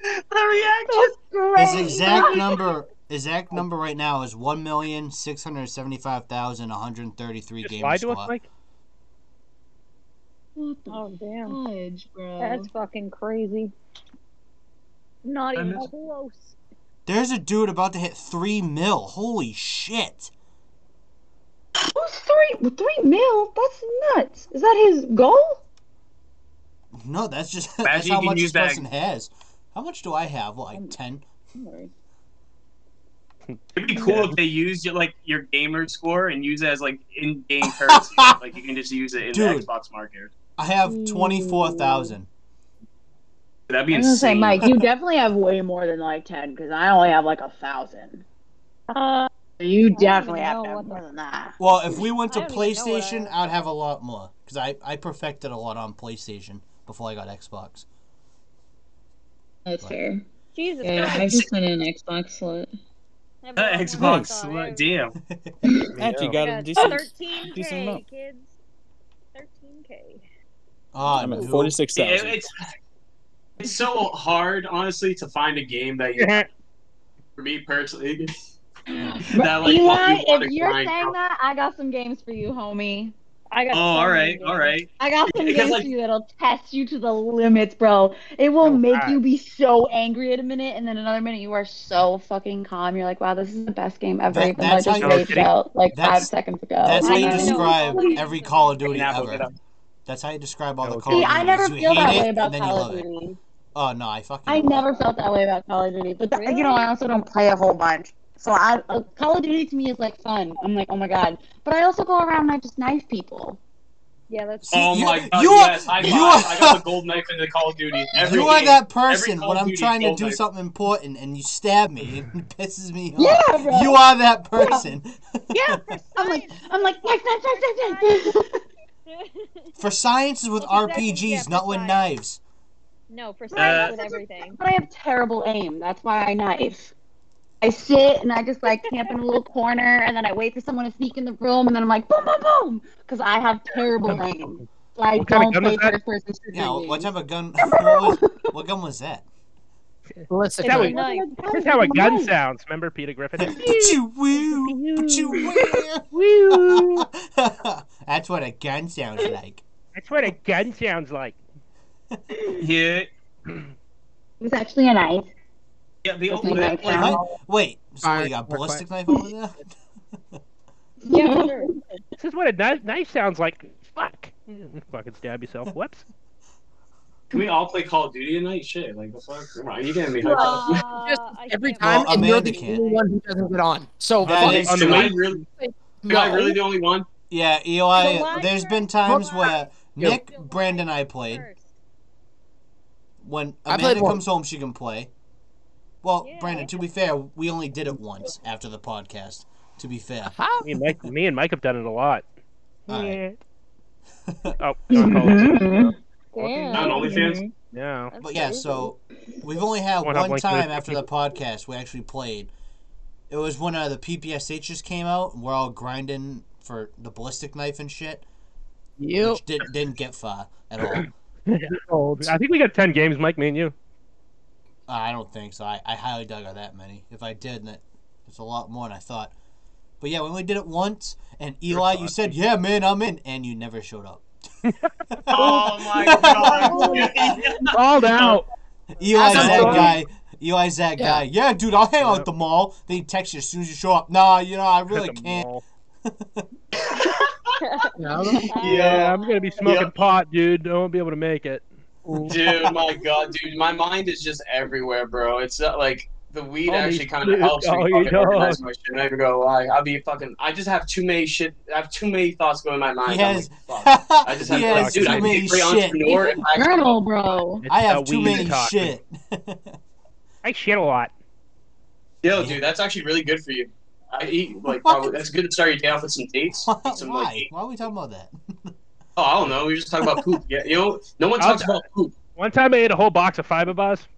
S11: the
S2: His
S10: Great.
S2: exact number, exact number right now is one million six hundred seventy-five thousand one hundred thirty-three
S1: Just
S2: gamer
S1: lied to
S2: score.
S1: us, Mike.
S10: What the
S3: Oh damn,
S10: fudge, bro?
S3: that's fucking crazy. Not
S11: I
S3: even
S11: miss-
S3: close.
S2: There's a dude about to hit three mil. Holy shit!
S10: Who's three three mil? That's nuts. Is that his goal?
S2: No, that's just that's
S11: Imagine
S2: how
S11: you can
S2: much this
S11: use that.
S2: person has. How much do I have?
S10: Um,
S2: Like ten.
S11: It'd be cool if they used your, like your gamer score and use it as like in-game currency. like you can just use it in
S2: Dude.
S11: the Xbox market.
S2: I
S10: mm.
S2: have twenty-four thousand.
S11: That'd be
S10: I was gonna say,
S11: insane.
S10: Mike, you definitely have way more than like ten because I only have like a thousand.
S3: Uh,
S10: You
S3: even
S10: definitely have
S3: know
S10: to have
S3: what
S10: more
S3: the-
S10: than that.
S2: Well, if we went to
S3: I don't even know what I
S2: PlayStation, I'd have a lot more because I I perfected a lot on PlayStation before I got Xbox.
S10: That's fair.
S3: Jesus
S10: I just went in an Xbox slot.
S3: Christ.
S10: Oh
S11: Xbox. Like, damn.
S9: Actually, got a decent.
S3: Thirteen
S9: decent
S3: K
S9: amount.
S3: kids. Thirteen K.
S2: Oh,
S9: I'm at
S2: dude.
S9: forty-six
S11: It-
S9: thousand.
S11: it's it's so hard, honestly, to find a game that you, for me personally. that,
S10: Eli,
S11: like, you wanna
S10: if you're saying
S11: grind out.
S10: that, I got some games for you, homie.
S3: I got.
S11: Oh, all right, all right.
S10: I got some
S11: Because,
S10: games
S11: like-
S10: for you that'll test you to the limits, bro. It will
S1: Oh,
S10: make
S1: God.
S10: you be so angry at a minute, and then another minute you are so fucking calm. You're like, wow, this is the best game ever.
S2: That-
S10: even though I
S2: that's how
S10: just
S2: you-
S10: raged out like
S2: That's-
S10: five seconds ago.
S2: That's how
S10: I
S2: you
S10: know.
S3: Like,
S2: describe
S3: no.
S2: every Call of Duty
S11: Now, get
S2: ever.
S11: up.
S2: That's how you describe all the
S1: Okay.
S2: Call of
S10: See,
S2: Duty.
S10: I never
S2: you
S10: feel
S2: hate
S10: that
S2: it,
S10: way about
S2: and then you
S10: Call
S2: love
S10: of
S2: it.
S10: Duty.
S2: Oh no, I fucking.
S10: I
S2: love
S10: never
S2: it.
S10: felt that way about Call of Duty, but that,
S3: Really?
S10: you know, I also don't play a whole bunch. So I uh, Call of Duty to me is like fun. I'm like, oh my god. But I also go around and I just knife people.
S3: Yeah, that's.
S2: See,
S11: Oh
S2: you-
S11: my god,
S2: you are-
S11: yes, high
S2: you
S11: five.
S2: are-
S11: I got the gold knife in the Call of Duty. Every
S2: you are
S11: game.
S2: that person
S11: Call
S2: when
S11: of
S2: I'm
S11: Duty
S2: trying to
S11: goes
S2: do
S11: like-
S2: something important and you stab me. It pisses me off.
S10: Yeah, bro.
S2: You are that person.
S10: Yeah. I'm like, I'm like, knife, knife, knife, knife, knife.
S2: For sciences with
S3: Well, exactly,
S2: RPGs,
S3: yeah,
S2: not with
S3: precise.
S2: knives.
S3: no, for
S11: Uh,
S3: science with everything.
S10: But I have terrible aim. That's why I knife. I sit and I just like camp in a little corner, and then I wait for someone to sneak in the room, and then I'm like, boom, boom, boom, because I have terrible aim. So I
S1: What kind of gun
S10: don't play
S1: is that?
S10: first person shooting.
S2: Yeah, what
S10: games.
S2: type of gun? What, was, what gun was that?
S6: Listen,
S3: It's
S1: how
S3: a
S1: we-
S3: knife.
S1: Here's how a gun
S10: Nice.
S1: sounds. Remember Peter Griffin?
S2: Pachoo-woo,
S1: Woo!
S2: pachoo-woo. That's what a gun sounds like.
S1: That's what a gun sounds like.
S11: Yeah,
S10: It's actually a knife.
S11: yeah. The
S10: That's
S11: only
S10: my
S11: like,
S10: count.
S2: Wait, so what, you
S6: Alright,
S2: got
S6: we're
S2: ballistic knife over there?
S3: Yeah, sure.
S1: This is what a knife, knife sounds like. Fuck. You Fucking stab yourself. Whoops.
S11: Can we all play Call of Duty tonight? Shit, like the fuck? Come on, you getting me hyped up.
S3: Uh, I
S6: Every
S3: can't-
S6: time,
S2: Well,
S6: and you're
S2: Amanda
S6: the
S2: can't.
S6: only one who doesn't get on. So
S2: That
S6: fuck
S2: is
S6: you.
S11: Am I
S2: true.
S11: really? Am
S6: no.
S11: I really the only one?
S2: Yeah, Eli.
S3: July
S2: there's been
S3: first.
S2: times
S3: July.
S2: where
S6: Yeah.
S2: Nick, Brandon, I played.
S3: First.
S2: When
S6: I
S2: Amanda
S6: played one.
S2: comes home, she can play. Well,
S3: Yeah.
S2: Brandon, to be fair, we only did it once after the podcast. To be fair,
S6: Huh?
S1: Me and Mike, me and Mike have done it a lot.
S2: All right.
S1: Oh, no,
S3: Damn.
S11: Not on OnlyFans?
S1: Mm-hmm. no.
S3: That's
S2: but yeah,
S3: crazy.
S2: so we've only had
S1: One
S2: one,
S1: up, like,
S2: time
S1: thirty
S2: after the podcast we actually played. It was when uh, the PPSH just came out, and we're all grinding for the ballistic knife and shit,
S6: You
S2: which did, didn't get far at all. Uh,
S6: old.
S1: I think we got ten games, Mike, me and you.
S2: I don't think so. I, I highly doubt I got that many. If I did, that it's a lot more than I thought. But yeah, we only did it once, and Eli, you said, "Yeah, man, I'm in," and you never showed up.
S11: Oh my god!
S1: Called out.
S2: Eli's
S6: That's
S2: that
S6: awesome.
S2: guy. Eli's that
S6: Yeah.
S2: guy. Yeah, dude, I'll hang out
S1: Yeah.
S2: at the mall. They text you as soon as you show up. Nah, you know, I really
S1: At the
S2: can't.
S1: mall.
S6: No.
S1: Yeah, I'm gonna be smoking pot, dude. I won't be able to make it.
S11: dude, my god, dude, my mind is just everywhere, bro. It's not like the weed
S1: Holy
S11: actually kind
S1: shit.
S11: of helps
S1: Oh,
S11: me
S1: you
S11: fucking organize my shit. I'm not even gonna lie, I'll be fucking. I just have too many shit. I have too many thoughts going in my mind.
S2: He
S11: I'm
S2: has,
S11: like, fuck. I just have,
S2: he
S11: like,
S2: has
S11: dude,
S1: I
S2: too
S11: I'd be
S2: many
S11: a great
S2: shit.
S11: entrepreneur. If I actually-
S10: Journal, bro.
S1: It's
S2: I
S1: a
S2: have too
S1: weed
S2: many
S1: toxin.
S2: shit.
S1: I shit a lot.
S11: Yo, dude, that's actually really good for you. I eat like probably, that's good to start your day off with some dates.
S2: Why?
S11: Eat some like,
S2: Why are we talking about that?
S11: oh, I don't know. We were just talking about poop. Yeah, you know, no one
S1: I'll
S11: talks
S1: die.
S11: about poop.
S1: One time I ate a whole box of fiber bars.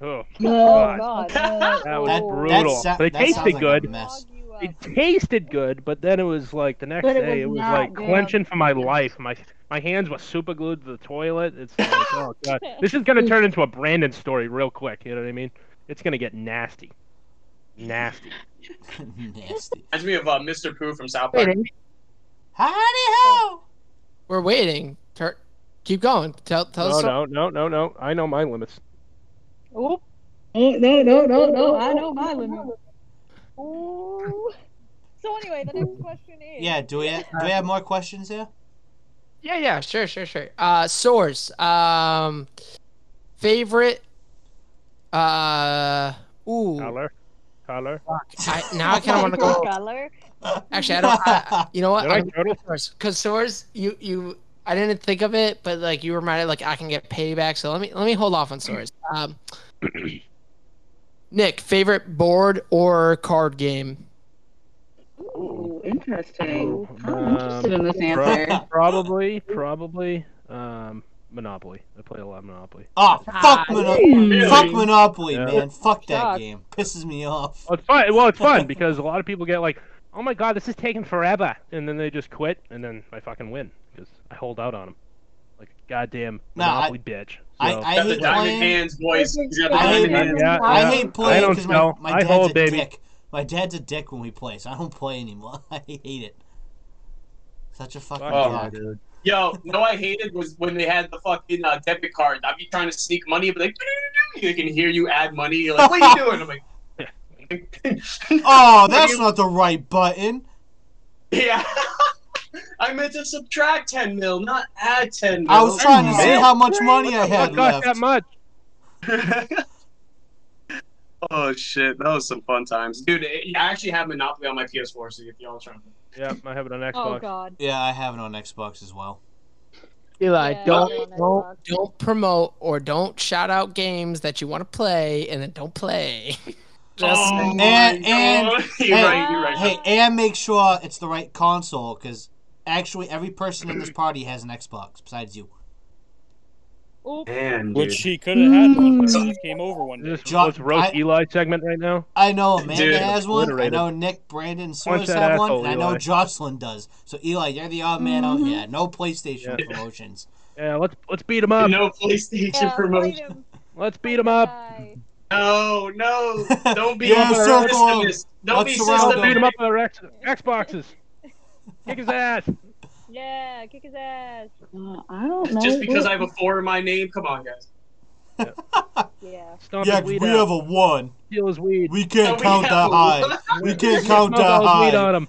S1: Oh,
S3: Oh,
S1: God.
S3: God.
S1: that was
S2: That-
S1: brutal.
S2: that sou-
S1: but it
S2: that sounds
S1: tasted
S2: like
S1: good.
S2: a mess.
S5: You up.
S1: It tasted good, but then it was like the next
S10: But it
S1: day.
S10: was
S1: It was
S10: not
S1: like
S10: good.
S1: clenching for my life. My my hands were super glued to the toilet. It's like, oh god, this is gonna turn into a Brandon story real quick. You know what I mean? It's gonna get nasty, nasty.
S2: Nasty.
S11: Reminds me of uh, Mr. Pooh from South Park.
S6: Waiting.
S2: Howdy ho!
S6: We're waiting. Tur- keep going. Tell tell
S1: No,
S6: us.
S1: no, no, no, no. I know my limits.
S3: Oop.
S10: No, no, no, no, no. I know my limit.
S5: Ooh. So anyway, the next question is.
S2: Yeah, do we have, do we have more questions here?
S6: Yeah, yeah, sure, sure, sure. Uh, source. Um, favorite. Uh, ooh.
S1: Color, color.
S6: I, now I kind of want to go.
S3: Color.
S6: Actually, I don't. I, you know what?
S1: Did I
S6: I'm gonna
S1: turtle?
S6: go source because source. You you. I didn't think of it, but like you reminded, like I can get payback. So let me let me hold off on source. Um, Nick, favorite board or card game?
S10: Ooh, interesting.
S11: Oh,
S10: I'm
S1: Um,
S10: interested in this
S1: bro.
S10: answer.
S1: Probably, probably. Um, Monopoly. I play a lot of Monopoly.
S2: Oh,
S6: Ah,
S2: fuck, Monopoly.
S11: really?
S2: fuck Monopoly,
S1: Yeah.
S2: man. Fuck that
S3: Shocked.
S2: game. Pisses me off.
S1: Well, it's fun. Well, it's fun because a lot of people get like, "Oh my god, this is taking forever," and then they just quit, and then I fucking win because I hold out on them, like a goddamn
S2: No, I-
S1: monopoly bitch.
S2: I,
S1: So-
S2: I
S11: Got the
S2: hate
S11: diamond
S2: playing.
S11: hands, boys. He's got the
S2: I
S11: diamond
S2: hate-
S11: hands.
S1: yeah,
S2: I
S1: yeah.
S2: hate playing
S1: don't
S2: because my,
S1: know.
S2: my
S1: I
S2: dad's
S1: hold,
S2: a
S1: baby.
S2: dick. My dad's a dick when we play, so I don't play anymore. I hate it. Such a fucking
S1: Fuck
S11: Oh.
S2: dog.
S11: Yo, no, I hated was when they had the fucking uh, debit card. I'd be trying to sneak money, but like they can hear you add money. You're like, what are you doing? I'm like,
S2: Oh, that's not the right button.
S11: yeah. I meant to subtract ten mil, not add ten mil.
S2: I was trying to see
S11: Man.
S2: how much money I
S1: What the
S2: had
S1: fuck cost oh that
S2: left.
S1: much.
S11: oh shit, that was some fun times, dude. It, I actually have Monopoly on my PS4, so if y'all trying to.
S1: Yeah, I have it on
S3: Oh,
S1: Xbox.
S3: God.
S2: Yeah, I have it on Xbox as well.
S6: Eli,
S3: Yeah, I
S6: don't
S3: don't know
S6: don't
S3: about-
S6: don't promote or don't shout out games that you want to play and then don't play. Just
S11: oh, my
S2: And- and-
S11: God. you're
S2: hey,
S11: right, you're right.
S2: Hey, and make sure it's the right console, because actually every person in this party has an Xbox besides you.
S3: Oop.
S11: Man,
S9: Which
S11: dude.
S9: she could have had one. But she came over one day.
S1: Is Hmm. this
S2: Jo-
S1: let's roast
S2: I-
S1: Eli segment right now?
S2: I know Amanda
S11: Dude,
S2: has one. I
S1: obliterated.
S2: know Nick, Brandon, and
S1: Punch
S2: Source
S1: that
S2: have one,
S1: asshole,
S2: and I know
S1: Eli.
S2: Jocelyn does. So Eli, you're the odd man out here. No PlayStation
S1: Yeah.
S2: promotions.
S1: Yeah, let's let's beat him up.
S11: no PlayStation
S5: Yeah,
S11: promotion.
S5: fight him,
S1: Let's beat
S5: fight
S1: him
S5: the
S1: up.
S5: guy.
S11: No, no, don't be
S2: Yo,
S11: a
S2: Circle,
S11: systemist. Don't
S2: what's
S11: be
S2: the round
S1: Let's beat him
S11: systemist.
S1: up with our X- Xboxes. Kick his ass.
S3: Yeah, kick his ass.
S10: Uh, I don't know.
S11: Just because I have a four in my name, come on, guys.
S3: Yeah.
S1: Stomp
S2: yeah,
S1: his
S2: we
S1: weed out.
S2: have a one.
S1: Steal his weed.
S2: We can't
S11: No, we
S2: count that
S11: have
S2: high. We can't count
S1: Smoke
S2: that
S1: all his weed
S2: high.
S1: on him.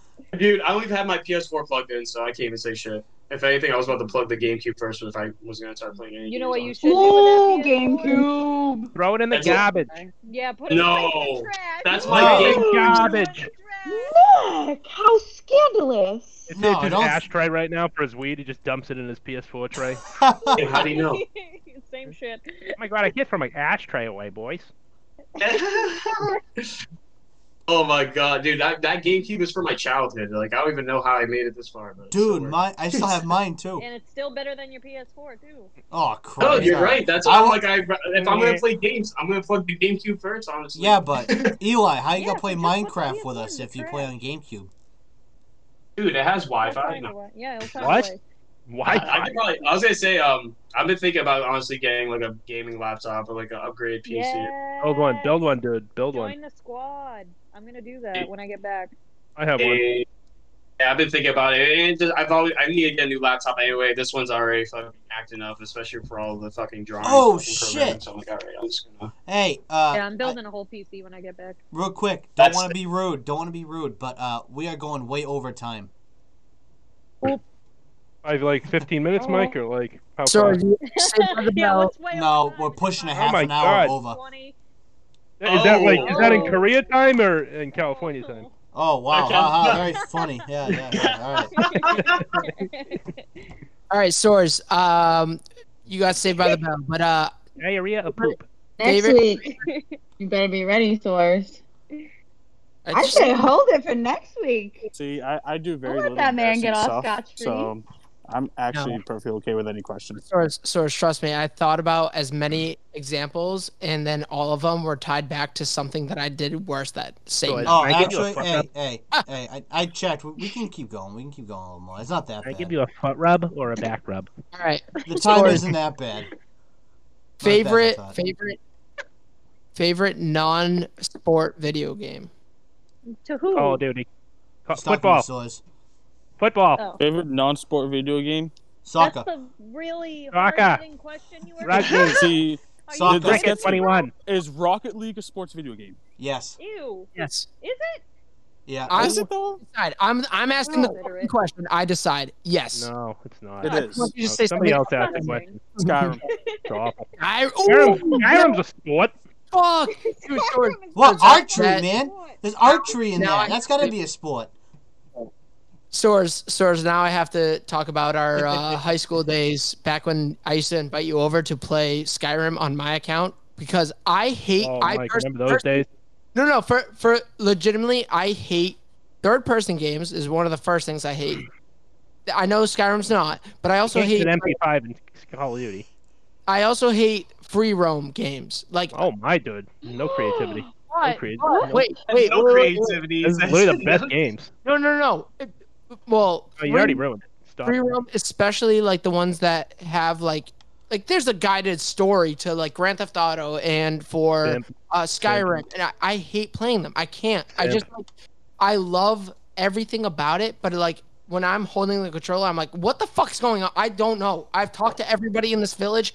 S11: Dude, I don't even have my PS4 plugged in, so I can't even say shit. If anything, I was about to plug the GameCube first if I was gonna start playing any
S3: You know
S11: games
S3: what
S11: on
S3: you should
S10: Ooh,
S11: it.
S3: do with that PS4?
S10: GameCube.
S1: Throw it in the
S11: That's what-
S1: garbage.
S3: Yeah, put it
S11: No.
S3: in
S11: Oh,
S5: Trash.
S11: that's
S5: Ooh.
S11: my
S1: Throw it in
S11: game.
S1: garbage.
S10: Look, how scandalous.
S1: It's
S2: No,
S1: in his
S2: don't-
S1: ashtray right now for his weed. He just dumps it in his PS4 tray.
S11: Hey, how do you know?
S3: Same shit.
S1: oh my god, I hit from my ashtray away, boys.
S11: oh my god, dude, that, that GameCube is for my childhood. Like, I don't even know how I made it this far. But it still
S2: Dude,
S11: worked.
S2: my I still have mine too.
S3: And it's still better than your PS4 too.
S2: Oh crap.
S11: No, you're right. That's
S2: I
S11: why I'm
S2: wa-
S11: like, I, if I'm gonna play games, I'm gonna plug the GameCube first, honestly.
S2: Yeah, but Eli, how you
S3: Yeah,
S2: gonna play
S3: but just put
S2: Minecraft
S3: the
S2: with
S3: PS1
S2: us if you
S3: trash.
S2: play on GameCube?
S11: dude, it has
S3: I'll
S11: Wi-Fi.
S3: find
S11: No.
S3: a way. Yeah, it'll find
S1: What?
S3: a way.
S1: Why?
S11: I, I, could probably, I was gonna say, um, I've been thinking about honestly getting like a gaming laptop or like an upgrade PC.
S3: Yeah.
S1: build one, build one, dude, build
S3: Join
S1: one.
S3: the squad. I'm gonna do that when I get back.
S1: I have one.
S11: And- yeah, I've been thinking about it, and just, I've always I need to get a new laptop anyway. This one's already fucking acting up, especially for all the fucking drawing.
S2: Oh,
S11: fucking
S2: shit.
S11: programs. So I'm like, all right, I'm just gonna.
S2: Hey, uh,
S3: yeah, I'm building a whole PC when I get back.
S2: real quick, don't
S11: That's-
S2: want to be rude, don't want to be rude, but uh, we are going way over time.
S1: I have like 15 minutes,
S3: Oh.
S1: Mike, or like how
S6: So
S1: far?
S6: you said
S3: yeah,
S6: about
S3: what's way
S2: No,
S3: over time?
S2: we're pushing a
S3: Oh
S2: half
S1: my
S2: an hour
S1: God.
S2: over.
S3: 20.
S1: Is that like is that in
S3: Oh.
S1: Korea time or in California time?
S2: Oh wow,
S11: Okay.
S2: haha, very funny. Yeah, yeah, yeah. All right.
S6: all right, Source. Um, you got saved by the bell, but uh,
S1: Diarrhea of poop.
S10: Next
S6: David?
S10: week, you better be ready, Source. I
S6: just-
S10: should hold it for next week.
S9: See, I, I do very
S10: I'll let
S9: little
S10: that man
S9: embarrassing
S10: get
S9: stuff,
S10: off scot-free.
S9: so I'm actually perfectly okay with any questions.
S6: Source, source, trust me. I thought about as many examples, and then all of them were tied back to something that I did worse that same.
S1: Good.
S6: night.
S2: Oh,
S1: I give you a
S2: actually,
S1: fuck
S2: hey, hey, hey, I, I checked. We, we can keep going. We can keep going a little more. It's not that
S1: I
S2: bad.
S1: give you a foot rub or a back rub.
S6: All right,
S2: the time
S6: Sorry.
S2: isn't that bad. Not as bad as I
S6: favorite,
S2: thought.
S6: favorite, favorite non-sport video game.
S3: to who?
S1: Oh, dude. he- Co-
S2: Soccer
S1: Football.
S2: Source.
S1: Football.
S3: Oh.
S9: Favorite non-sport video game?
S3: That's
S2: Soccer.
S3: the really
S1: Soccer.
S3: hard-hitting question you were
S1: Rugby.
S3: asking.
S9: See,
S3: Are you
S2: Soccer.
S1: Cricket
S9: That's-
S1: 21.
S9: is Rocket League a sports video game?
S2: Yes.
S3: Ew.
S6: Yes.
S3: Is it?
S2: Yeah.
S6: I
S9: is it though?
S6: decide. I'm I'm asking the
S3: No.
S6: fucking question. I decide. Yes.
S1: No, it's not.
S9: It is.
S6: You just
S1: No,
S6: say
S1: somebody
S6: something
S1: else asked the
S3: else.
S1: question.
S9: Skyrim.
S1: It's awful.
S6: I
S1: Skyrim,
S6: ooh,
S1: Skyrim's a sport.
S6: fuck. Dude, George,
S2: Well,
S6: Source,
S2: archery,
S6: that-
S2: man. There's archery in
S6: Now I-
S2: that. That's got to be a sport.
S6: Source, Source, now I have to talk about our uh, high school days back when I used to invite you over to play Skyrim on my account because I hate.
S1: Oh,
S6: I
S1: Mike,
S6: pers-
S1: remember those
S6: pers-
S1: days?
S6: No, no, for, for legitimately, I hate third person games, is one of the first things I hate. I know Skyrim's not, but I also
S1: So
S6: hate.
S1: MP5 and Call of Duty.
S6: I also hate free roam games. Like,
S1: Oh my dude, no creativity. No creativity.
S6: wait, wait, wait,
S11: no
S6: wait, wait.
S11: creativity.
S1: This is literally the best games.
S6: No, no, no. It-
S1: Oh,
S6: Well,
S1: you
S6: free-
S1: already ruined it. Stop.
S6: free roam, especially like the ones that have like like there's a guided story to like Grand Theft Auto and for
S1: Simp.
S6: uh, Skyrim, and I, I hate playing them. I can't. I
S1: Simp.
S6: just like I love everything about it, but like when I'm holding the controller, I'm like, what the fuck's going on? I don't know. I've talked to everybody in this village.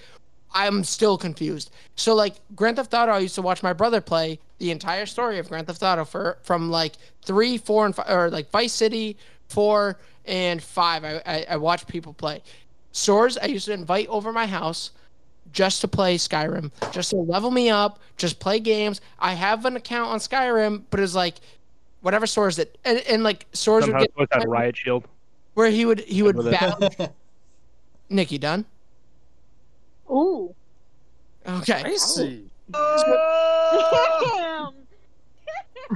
S6: I'm still confused. So like Grand Theft Auto, I used to watch my brother play the entire story of Grand Theft Auto for from like three, four, and five, or like Vice City, four and five. I, I, I watched people play. Swords, I used to invite over my house just to play Skyrim, just to level me up, just play games. I have an account on Skyrim, but it's like whatever Swords that and, and like Swords
S1: Somehow
S6: would
S1: it's supposed to
S6: get
S1: have Riot Shield.
S6: where he would he would
S1: With it.
S6: battle Nikki Dunn.
S3: Ooh.
S6: Okay.
S9: Crazy.
S3: Damn.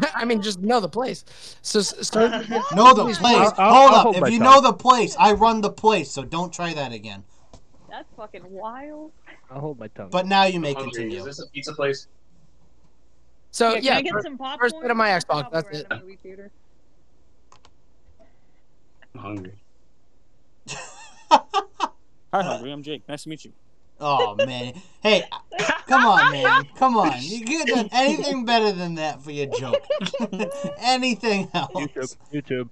S6: I mean, just know the place. So, so
S2: Know the place.
S1: I'll- I'll-
S2: Hold
S1: I'll
S2: up.
S1: hold
S2: if
S1: my
S2: you
S1: tongue.
S2: know the place, I run the place, so don't try that again.
S3: That's fucking wild.
S1: I'll hold my tongue.
S2: But now you may
S11: Hungry. Is
S2: continue.
S11: this a pizza place?
S6: so
S3: can
S6: Oh, yeah,
S3: I get
S6: for-
S3: some popcorn?
S6: first bit of my
S3: There's
S6: Xbox,
S3: popcorn
S6: that's
S3: at
S6: it.
S3: the movie theater.
S11: I'm hungry.
S9: Hi, hungry. I'm Jake. Nice to meet you.
S2: Oh man. Hey, come on, man. Come on. You could have done anything better than that for your joke. anything
S1: YouTube,
S2: else?
S1: YouTube.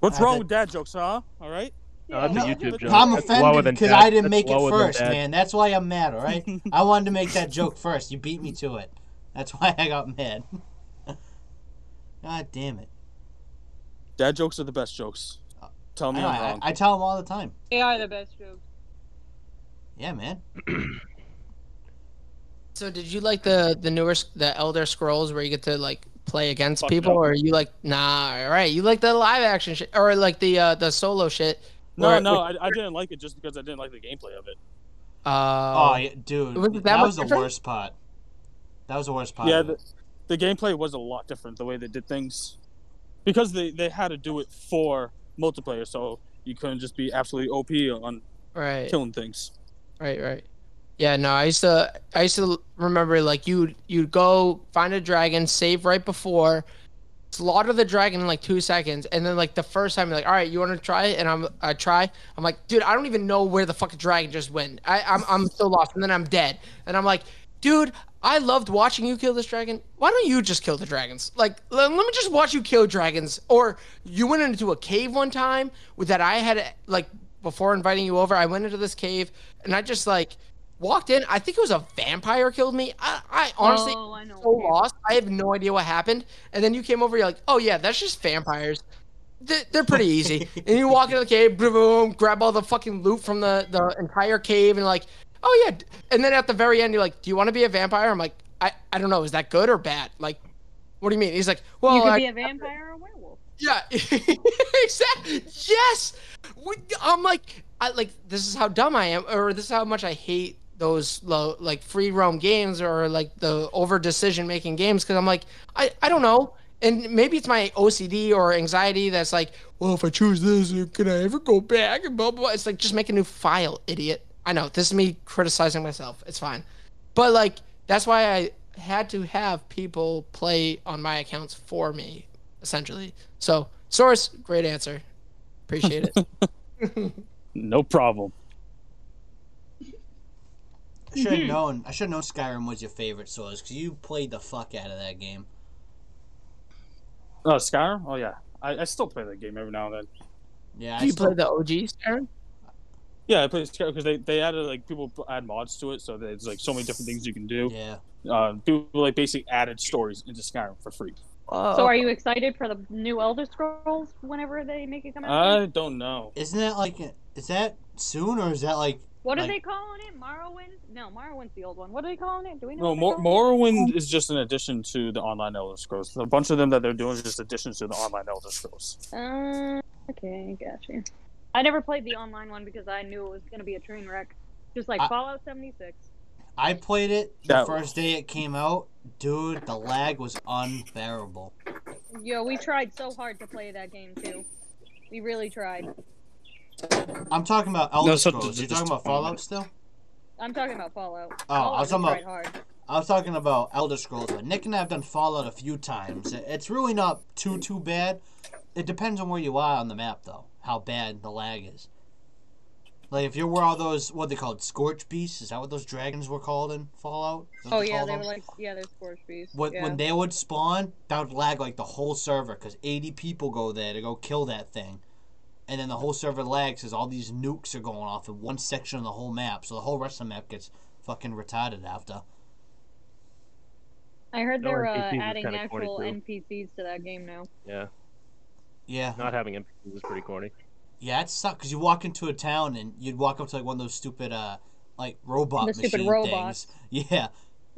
S9: What's
S2: I
S9: wrong
S2: bet-
S9: with dad jokes, huh? All right.
S1: No, that's a
S2: No,
S1: YouTube joke.
S2: I'm
S1: That's lower
S2: offended
S1: than
S2: because
S1: dad.
S2: I didn't
S1: That's
S2: make it
S1: lower than
S2: first,
S1: dad.
S2: man. That's why I'm mad. All right. I wanted to make that joke first. You beat me to it. That's why I got mad. God damn it.
S9: Dad jokes are the best jokes. Tell
S2: I,
S9: me
S2: know,
S9: I'm
S2: I,
S9: wrong.
S2: I tell them all the time.
S3: They are the best jokes.
S2: Yeah, man.
S6: So did you like the the newer s- the Elder Scrolls where you get to like play against
S4: Fuck
S6: people,
S4: no.
S6: or you like nah? All right, you like the live action shit, or like the uh, the solo shit?
S9: No,
S6: where-
S9: no, I, I didn't like it just because I didn't like the gameplay of it.
S6: Uh,
S2: Oh, yeah, dude,
S6: was it that
S2: that
S6: much
S2: was the
S6: different?
S2: worst part. That was the worst part.
S9: Yeah,
S2: of
S9: the,
S2: it.
S9: the gameplay was a lot different the way they did things because they, they had to do it for multiplayer, so you couldn't just be absolutely OP on
S6: right.
S9: killing things.
S6: Right, right. Yeah, no, I used to I used to remember like you you'd go find a dragon, save right before, slaughter the dragon in like two seconds, and then like the first time you're like, all right, you wanna try it? And I'm I try. I'm like, dude, I don't even know where the fucking dragon just went. I, I'm I'm so lost and then I'm dead. And I'm like, dude, I loved watching you kill this dragon. Why don't you just kill the dragons? Like, l- let me just watch you kill dragons. Or you went into a cave one time with that I had like before inviting you over. I went into this cave and I just like walked in. I think it was a vampire killed me. I, I honestly
S3: oh, I know.
S6: so lost. I have no idea what happened. And then you came over. You're like, oh yeah, that's just vampires. They're, they're pretty easy. and you walk into the cave, boom, boom, boom, grab all the fucking loot from the the entire cave, and like, oh yeah. And then at the very end, you're like, do you want to be a vampire? I'm like, I I don't know. Is that good or bad? Like. What do you mean? He's like, well,
S3: you could
S6: I-
S3: be a vampire or a werewolf.
S6: yeah, exactly. Yes, We- I'm like, I like this is how dumb I am, or this is how much I hate those low, like free roam games or like the over decision making games because I'm like, I I don't know, and maybe it's my OCD or anxiety that's like, well, if I choose this, can I ever go back? And blah blah. blah. It's like just make a new file, idiot. I know this is me criticizing myself. It's fine, but like that's why I had to have people play on my accounts for me essentially. So, source, great answer. Appreciate it.
S9: No problem.
S2: I should have known. I should have known Skyrim was your favorite source because you played the fuck out of that game.
S9: Oh, Skyrim? Oh, yeah. I, I still play that game every now and then.
S2: Yeah,
S6: Do
S2: I
S6: you
S2: still,
S6: play the OGs, Aaron?
S9: Yeah, I play Skyrim because they, they added, like, people add mods to it, so there's, like, so many different things you can do.
S2: yeah.
S9: Uh, people, like, basically added stories into Skyrim for free.
S3: So are you excited for the new Elder Scrolls whenever they make it come out?
S4: Uh,
S9: I don't know.
S2: Isn't that like? Is that soon or is that like?
S3: what are
S2: like-
S3: they calling it? Morrowind? No, Morrowind's the old one. What are they calling it? Do we know?
S9: No,
S3: what
S9: Mor-
S3: they're calling
S9: Morrowind is just an addition to the online Elder Scrolls. A bunch of them that they're doing is just additions to the online Elder Scrolls.
S3: it? Uh, okay, gotcha. I never played the online one because I knew it was going to be a train wreck, just like
S2: I-
S3: Fallout 76.
S2: I played it the
S9: That-
S2: first day it came out, dude. The lag was unbearable.
S3: Yo, we tried so hard to play that game too. We really tried.
S2: I'm talking about Elder
S9: No, so-
S2: Scrolls. You're
S9: just-
S2: talking about Fallout still?
S3: I'm talking about Fallout. Oh,
S2: I was talking about-
S3: hard.
S2: I was talking about Elder Scrolls, but Nick and I have done Fallout a few times. It's really not too too bad. It depends on where you are on the map, though, how bad the lag is. Like if you're where all those what they called scorch beasts is that what those dragons were called in Fallout? Is that what
S3: Oh yeah,
S2: call
S3: they were
S2: them?
S3: like yeah, there's scorch bees.
S2: when,
S3: yeah.
S2: when they would spawn, that would lag like the whole server because 80 people go there to go kill that thing. And then the whole server lags because all these nukes are going off in one section of the whole map. So the whole rest of the map gets fucking retarded after.
S3: I heard
S1: No,
S3: they're
S1: NPCs
S3: uh,
S1: is
S3: adding
S1: kinda corny,
S3: actual
S1: too.
S3: NPCs to that game now.
S1: Yeah,
S2: Yeah.
S1: not having NPCs is pretty corny.
S2: Yeah, it sucked because you walk into a town and you'd walk up to like one of those stupid, uh, like robot
S3: The
S2: machine
S3: stupid robots.
S2: things. Yeah. And I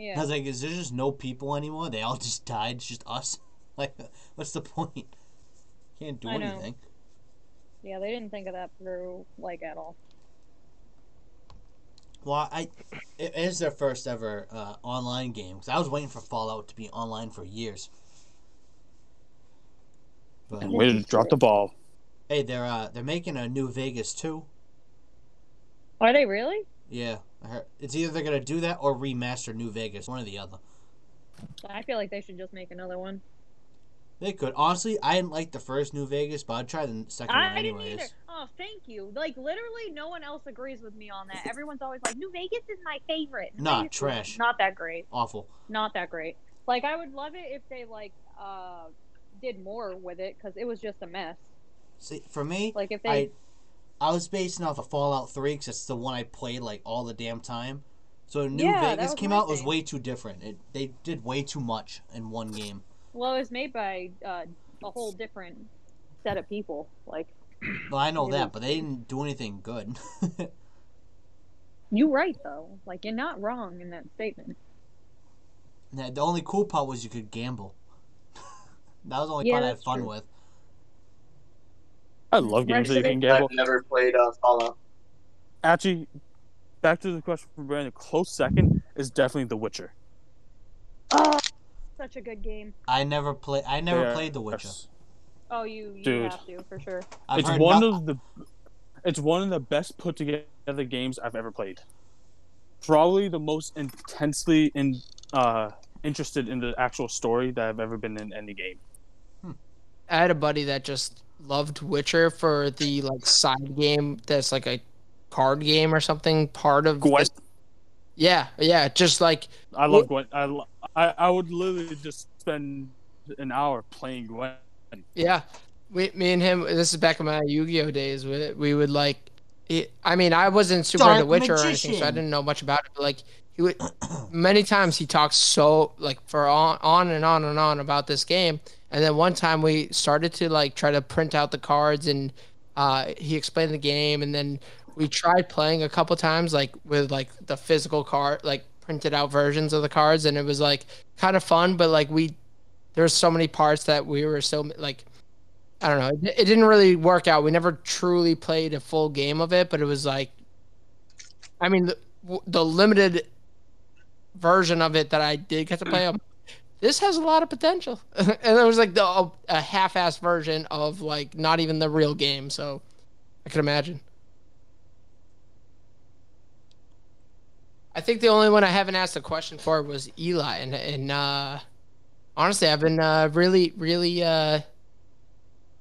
S3: Yeah.
S2: was like, is there just no people anymore? They all just died. It's just us. Like, what's the point? Can't do
S3: I know.
S2: anything.
S3: Yeah, they didn't think of that through like at all.
S2: Well, I it is their first ever uh, online game because I was waiting for Fallout to be online for years. But
S9: And way to drop the ball.
S2: hey, they're uh, they're making a new Vegas too.
S3: Are they really?
S2: Yeah, I heard. it's either they're gonna do that or remaster New Vegas, one or the other.
S3: I feel like they should just make another one.
S2: They could honestly. I didn't like the first New Vegas, but I'd try the second
S3: I,
S2: one
S3: I didn't
S2: anyways.
S3: either. Oh, thank you. Like literally, no one else agrees with me on that. Everyone's always like, "New Vegas is my favorite." New
S2: Nah,
S3: Vegas is
S2: trash.
S3: Not that great.
S2: Awful.
S3: Not that great. Like I would love it if they like uh did more with it because it was just a mess.
S2: See, for me,
S3: Like if they
S2: I I was basing off of Fallout Three because it's the one I played like all the damn time. So New
S3: Yeah, that
S2: Vegas
S3: was
S2: came
S3: my
S2: out it was
S3: thing.
S2: way too different. It they did way too much in one game.
S3: well, it was made by uh, a whole different set of people. Like
S2: Well, I know
S3: Maybe.
S2: that, but they didn't do anything good.
S3: you right though. Like you're not wrong in that statement.
S2: Now, the only cool part was you could gamble. that was the only
S3: Yeah,
S2: part I had
S3: that's
S2: fun
S3: true.
S2: with.
S9: I love games that you can gamble.
S11: I've never played uh, Fallout.
S9: Actually, back to the question from Brandon. Close second is definitely The Witcher.
S3: Oh, such a good game.
S2: I never play. I never
S9: They are-
S2: played The Witcher.
S3: Oh, you you
S9: Dude.
S3: have to for sure.
S2: I've
S9: it's
S2: heard
S9: one
S2: no-
S9: of the it's one of the best put together games I've ever played. Probably the most intensely in, uh, interested in the actual story that I've ever been in any game.
S6: I had a buddy that just loved Witcher for the like side game that's like a card game or something part of
S9: Gwent.
S6: this- Yeah, yeah, just like
S9: I love Gwent. I, lo- I I would literally just spend an hour playing Gwent.
S6: yeah. We, me and him this is back in my Yu-Gi-Oh days. We, we would like he- I mean, I wasn't super
S2: Dark
S6: into Witcher or anything, so I
S2: Magician.
S6: didn't know much about it, but like he would many times he talks so like for on, on and on and on about this game and then one time we started to like try to print out the cards and uh, he explained the game and then we tried playing a couple times like with like the physical card like printed out versions of the cards and it was like kind of fun but like we there's so many parts that we were so like i don't know it, it didn't really work out we never truly played a full game of it but it was like i mean the, w- the limited version of it that I did get to play. I'm, this has a lot of potential, and it was like the a, a half-assed version of like not even the real game. So I could imagine. I think the only one I haven't asked a question for was Eli, and and uh, honestly, I've been uh, really really uh,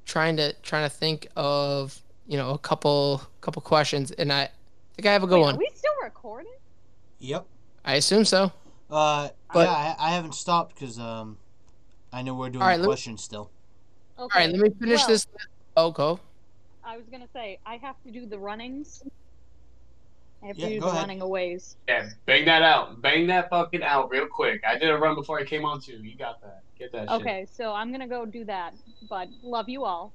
S6: trying to trying to think of you know a couple couple questions, and I think I have a good
S3: Wait,
S6: one.
S3: Are we still recording?
S2: Yep.
S6: I assume so.
S2: Uh,
S6: But-
S2: yeah, I, I haven't stopped because um, I know we're doing
S6: All right,
S2: the
S6: let me-
S2: questions still.
S3: Okay.
S6: All right, let me finish
S3: Well-
S6: this. Oh, go.
S3: I was gonna say I have to do the runnings. I have
S2: Yeah,
S3: to do
S2: go
S3: the
S2: ahead.
S3: running aways.
S11: Yeah, bang that out. Bang that fucking out real quick. I did a run before I came on too. You got that. Get that shit.
S3: Okay, so I'm gonna go do that. But love you all.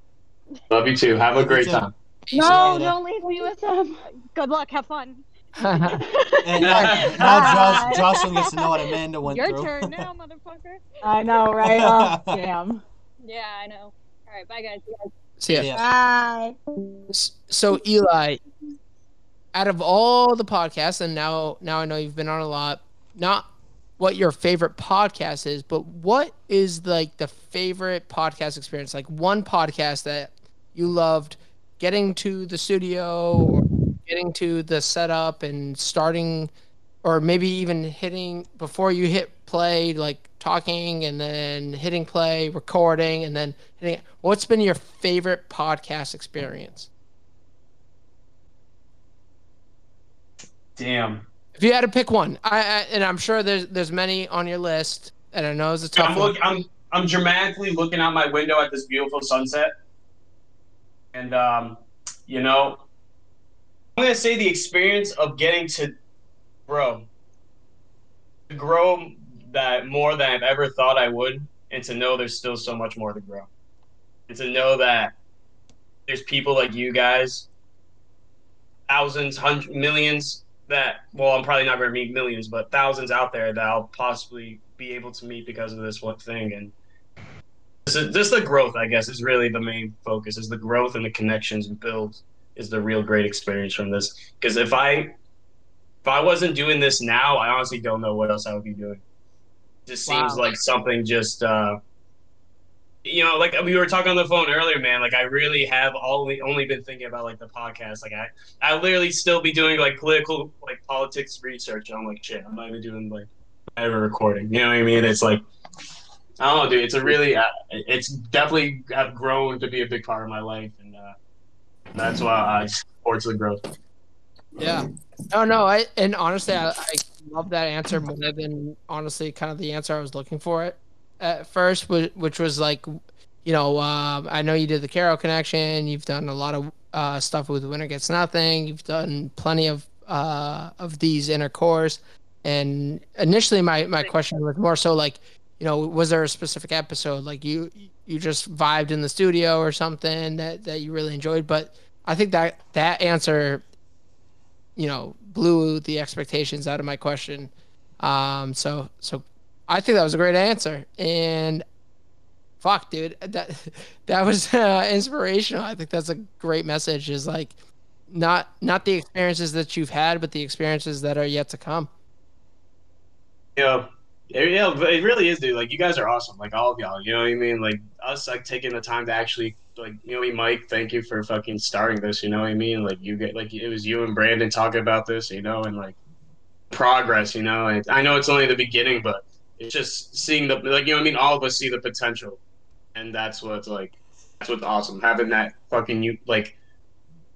S11: Love you too. Have a great
S2: You too.
S11: time.
S2: No,
S3: don't leave me with them. Good luck. Have fun.
S2: And uh, now, now Josh, Jocelyn gets to know what Amanda went
S3: Your
S2: through.
S3: turn now, motherfucker.
S10: I know, right? Oh, damn.
S3: Yeah, I know. All right, bye guys.
S6: See ya.
S2: Yeah.
S10: Bye.
S6: S- So Eli, out of all the podcasts, and now now I know you've been on a lot. Not what your favorite podcast is, but what is like the favorite podcast experience? Like one podcast that you loved getting to the studio or getting to the setup and starting, or maybe even hitting before you hit play, like talking and then hitting play, recording, and then hitting. What's been your favorite podcast experience?
S11: Damn.
S6: If you had to pick one, I, I and I'm sure there's there's many on your list, and I know it's a tough
S11: I'm,
S6: one.
S11: look, I'm I'm dramatically looking out my window at this beautiful sunset, and um, you know, I'm gonna say the experience of getting to grow, to grow that more than I've ever thought I would, and to know there's still so much more to grow, and to know that there's people like you guys, thousands, hundreds, millions that well i'm probably not going to meet millions but thousands out there that i'll possibly be able to meet because of this one thing and this is just the growth i guess is really the main focus is the growth and the connections and build is the real great experience from this because if i if i wasn't doing this now i honestly don't know what else i would be doing it just seems
S6: Wow.
S11: like something just uh you know like we were talking on the phone earlier man like i really have only only been thinking about like the podcast like i I literally still be doing like political like politics research. And I'm like, shit, I'm not even doing like ever recording. You know what I mean? It's like, I don't know, dude. It's a really, uh, it's definitely have grown to be a big part of my life, and uh, that's why I support the growth.
S6: Yeah. No, no. I and honestly, I, I love that answer more than honestly kind of the answer I was looking for it at first, which, which was like, you know, um, I know you did the Carol connection. You've done a lot of uh, stuff with Winner Gets Nothing. You've done plenty of uh, of these intercourse. And initially, my my question was more so like, you know, was there a specific episode like you you just vibed in the studio or something that that you really enjoyed? But I think that that answer, you know, blew the expectations out of my question. Um, so so I think that was a great answer, and fuck, dude, that that was uh, inspirational. I think that's a great message. Is like not not the experiences that you've had, but the experiences that are yet to come.
S11: You know, it, you know, but it really is, dude. Like, you guys are awesome. Like, all of y'all. You know what I mean? Like, us, like, taking the time to actually, like, you know, what I mean, Mike, thank you for fucking starting this. You know what I mean? Like, you get, like, it was you and Brandon talking about this, you know, and, like, progress, you know. And I know it's only the beginning, but it's just seeing the, like, you know what I mean? All of us see the potential. And that's what's, like, that's what's awesome. Having that fucking, you, like,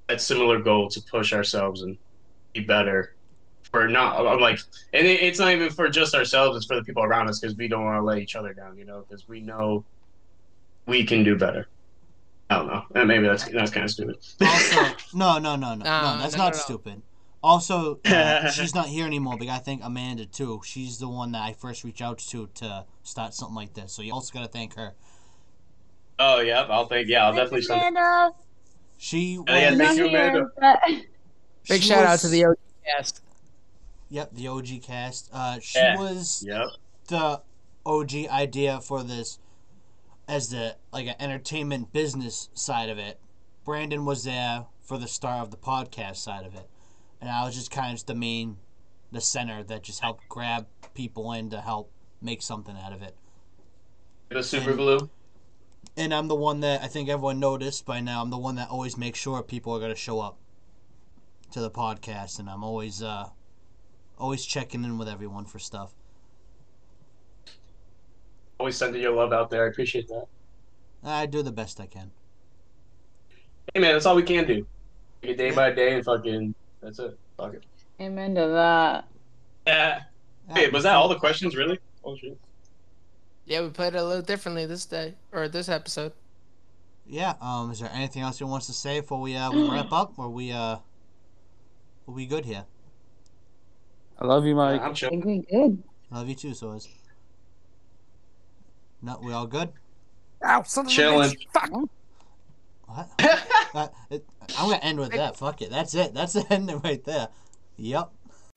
S11: that similar goal to push ourselves and be better for not I'm like and it, it's not even for just ourselves it's for the people around us because we don't want to let each other down you know because we know we can do better i don't know and maybe that's that's kind of stupid
S2: Also, no, no, no, no, no.
S6: No,
S2: That's
S6: no,
S2: not
S6: no, no.
S2: stupid. Also, uh, she's not here anymore. But I think Amanda too. She's the one that I first reached out to to start something like this. So you also got to thank her.
S11: oh yeah i'll think yeah i'll definitely
S10: Thanks,
S11: send
S10: Amanda.
S2: She was.
S11: Oh, yeah, thank
S10: Not
S11: you, Amanda.
S10: here, but
S6: Big
S2: she
S6: shout out
S2: was-
S6: to the OG cast.
S2: Yep, the OG cast. Uh, she
S11: Yeah.
S2: was
S11: yep
S2: the OG idea for this as the like an entertainment business side of it. Brandon was there for the star of the podcast side of it, and I was just kind of just the main, the center that just helped grab people in to help make something out of it.
S11: the super glue
S2: And I'm the one that I think everyone noticed by now. I'm the one that always makes sure people are going to show up to the podcast, and I'm always uh, always checking in with everyone for stuff.
S11: always sending your love out there i appreciate that
S2: I do the best I can.
S11: hey man that's all we can do Take it day by day and fucking that's it fuck it
S10: amen to that.
S11: yeah Uh, hey was that all the questions really oh shit
S6: Yeah, we played it a little differently this day or this episode.
S2: Yeah. Um. Is there anything else you wants to say before we uh we wrap up? Or we uh, are we good here?
S9: I love you, Mike.
S11: i'm
S10: I
S11: chill
S10: think we good.
S2: Love you too, Soaz. No, we all good.
S6: Ow, son
S11: of a Chilling.
S6: Fuck.
S2: What? uh, it, I'm gonna end with that. Fuck it. That's it. That's the ending right there. Yep.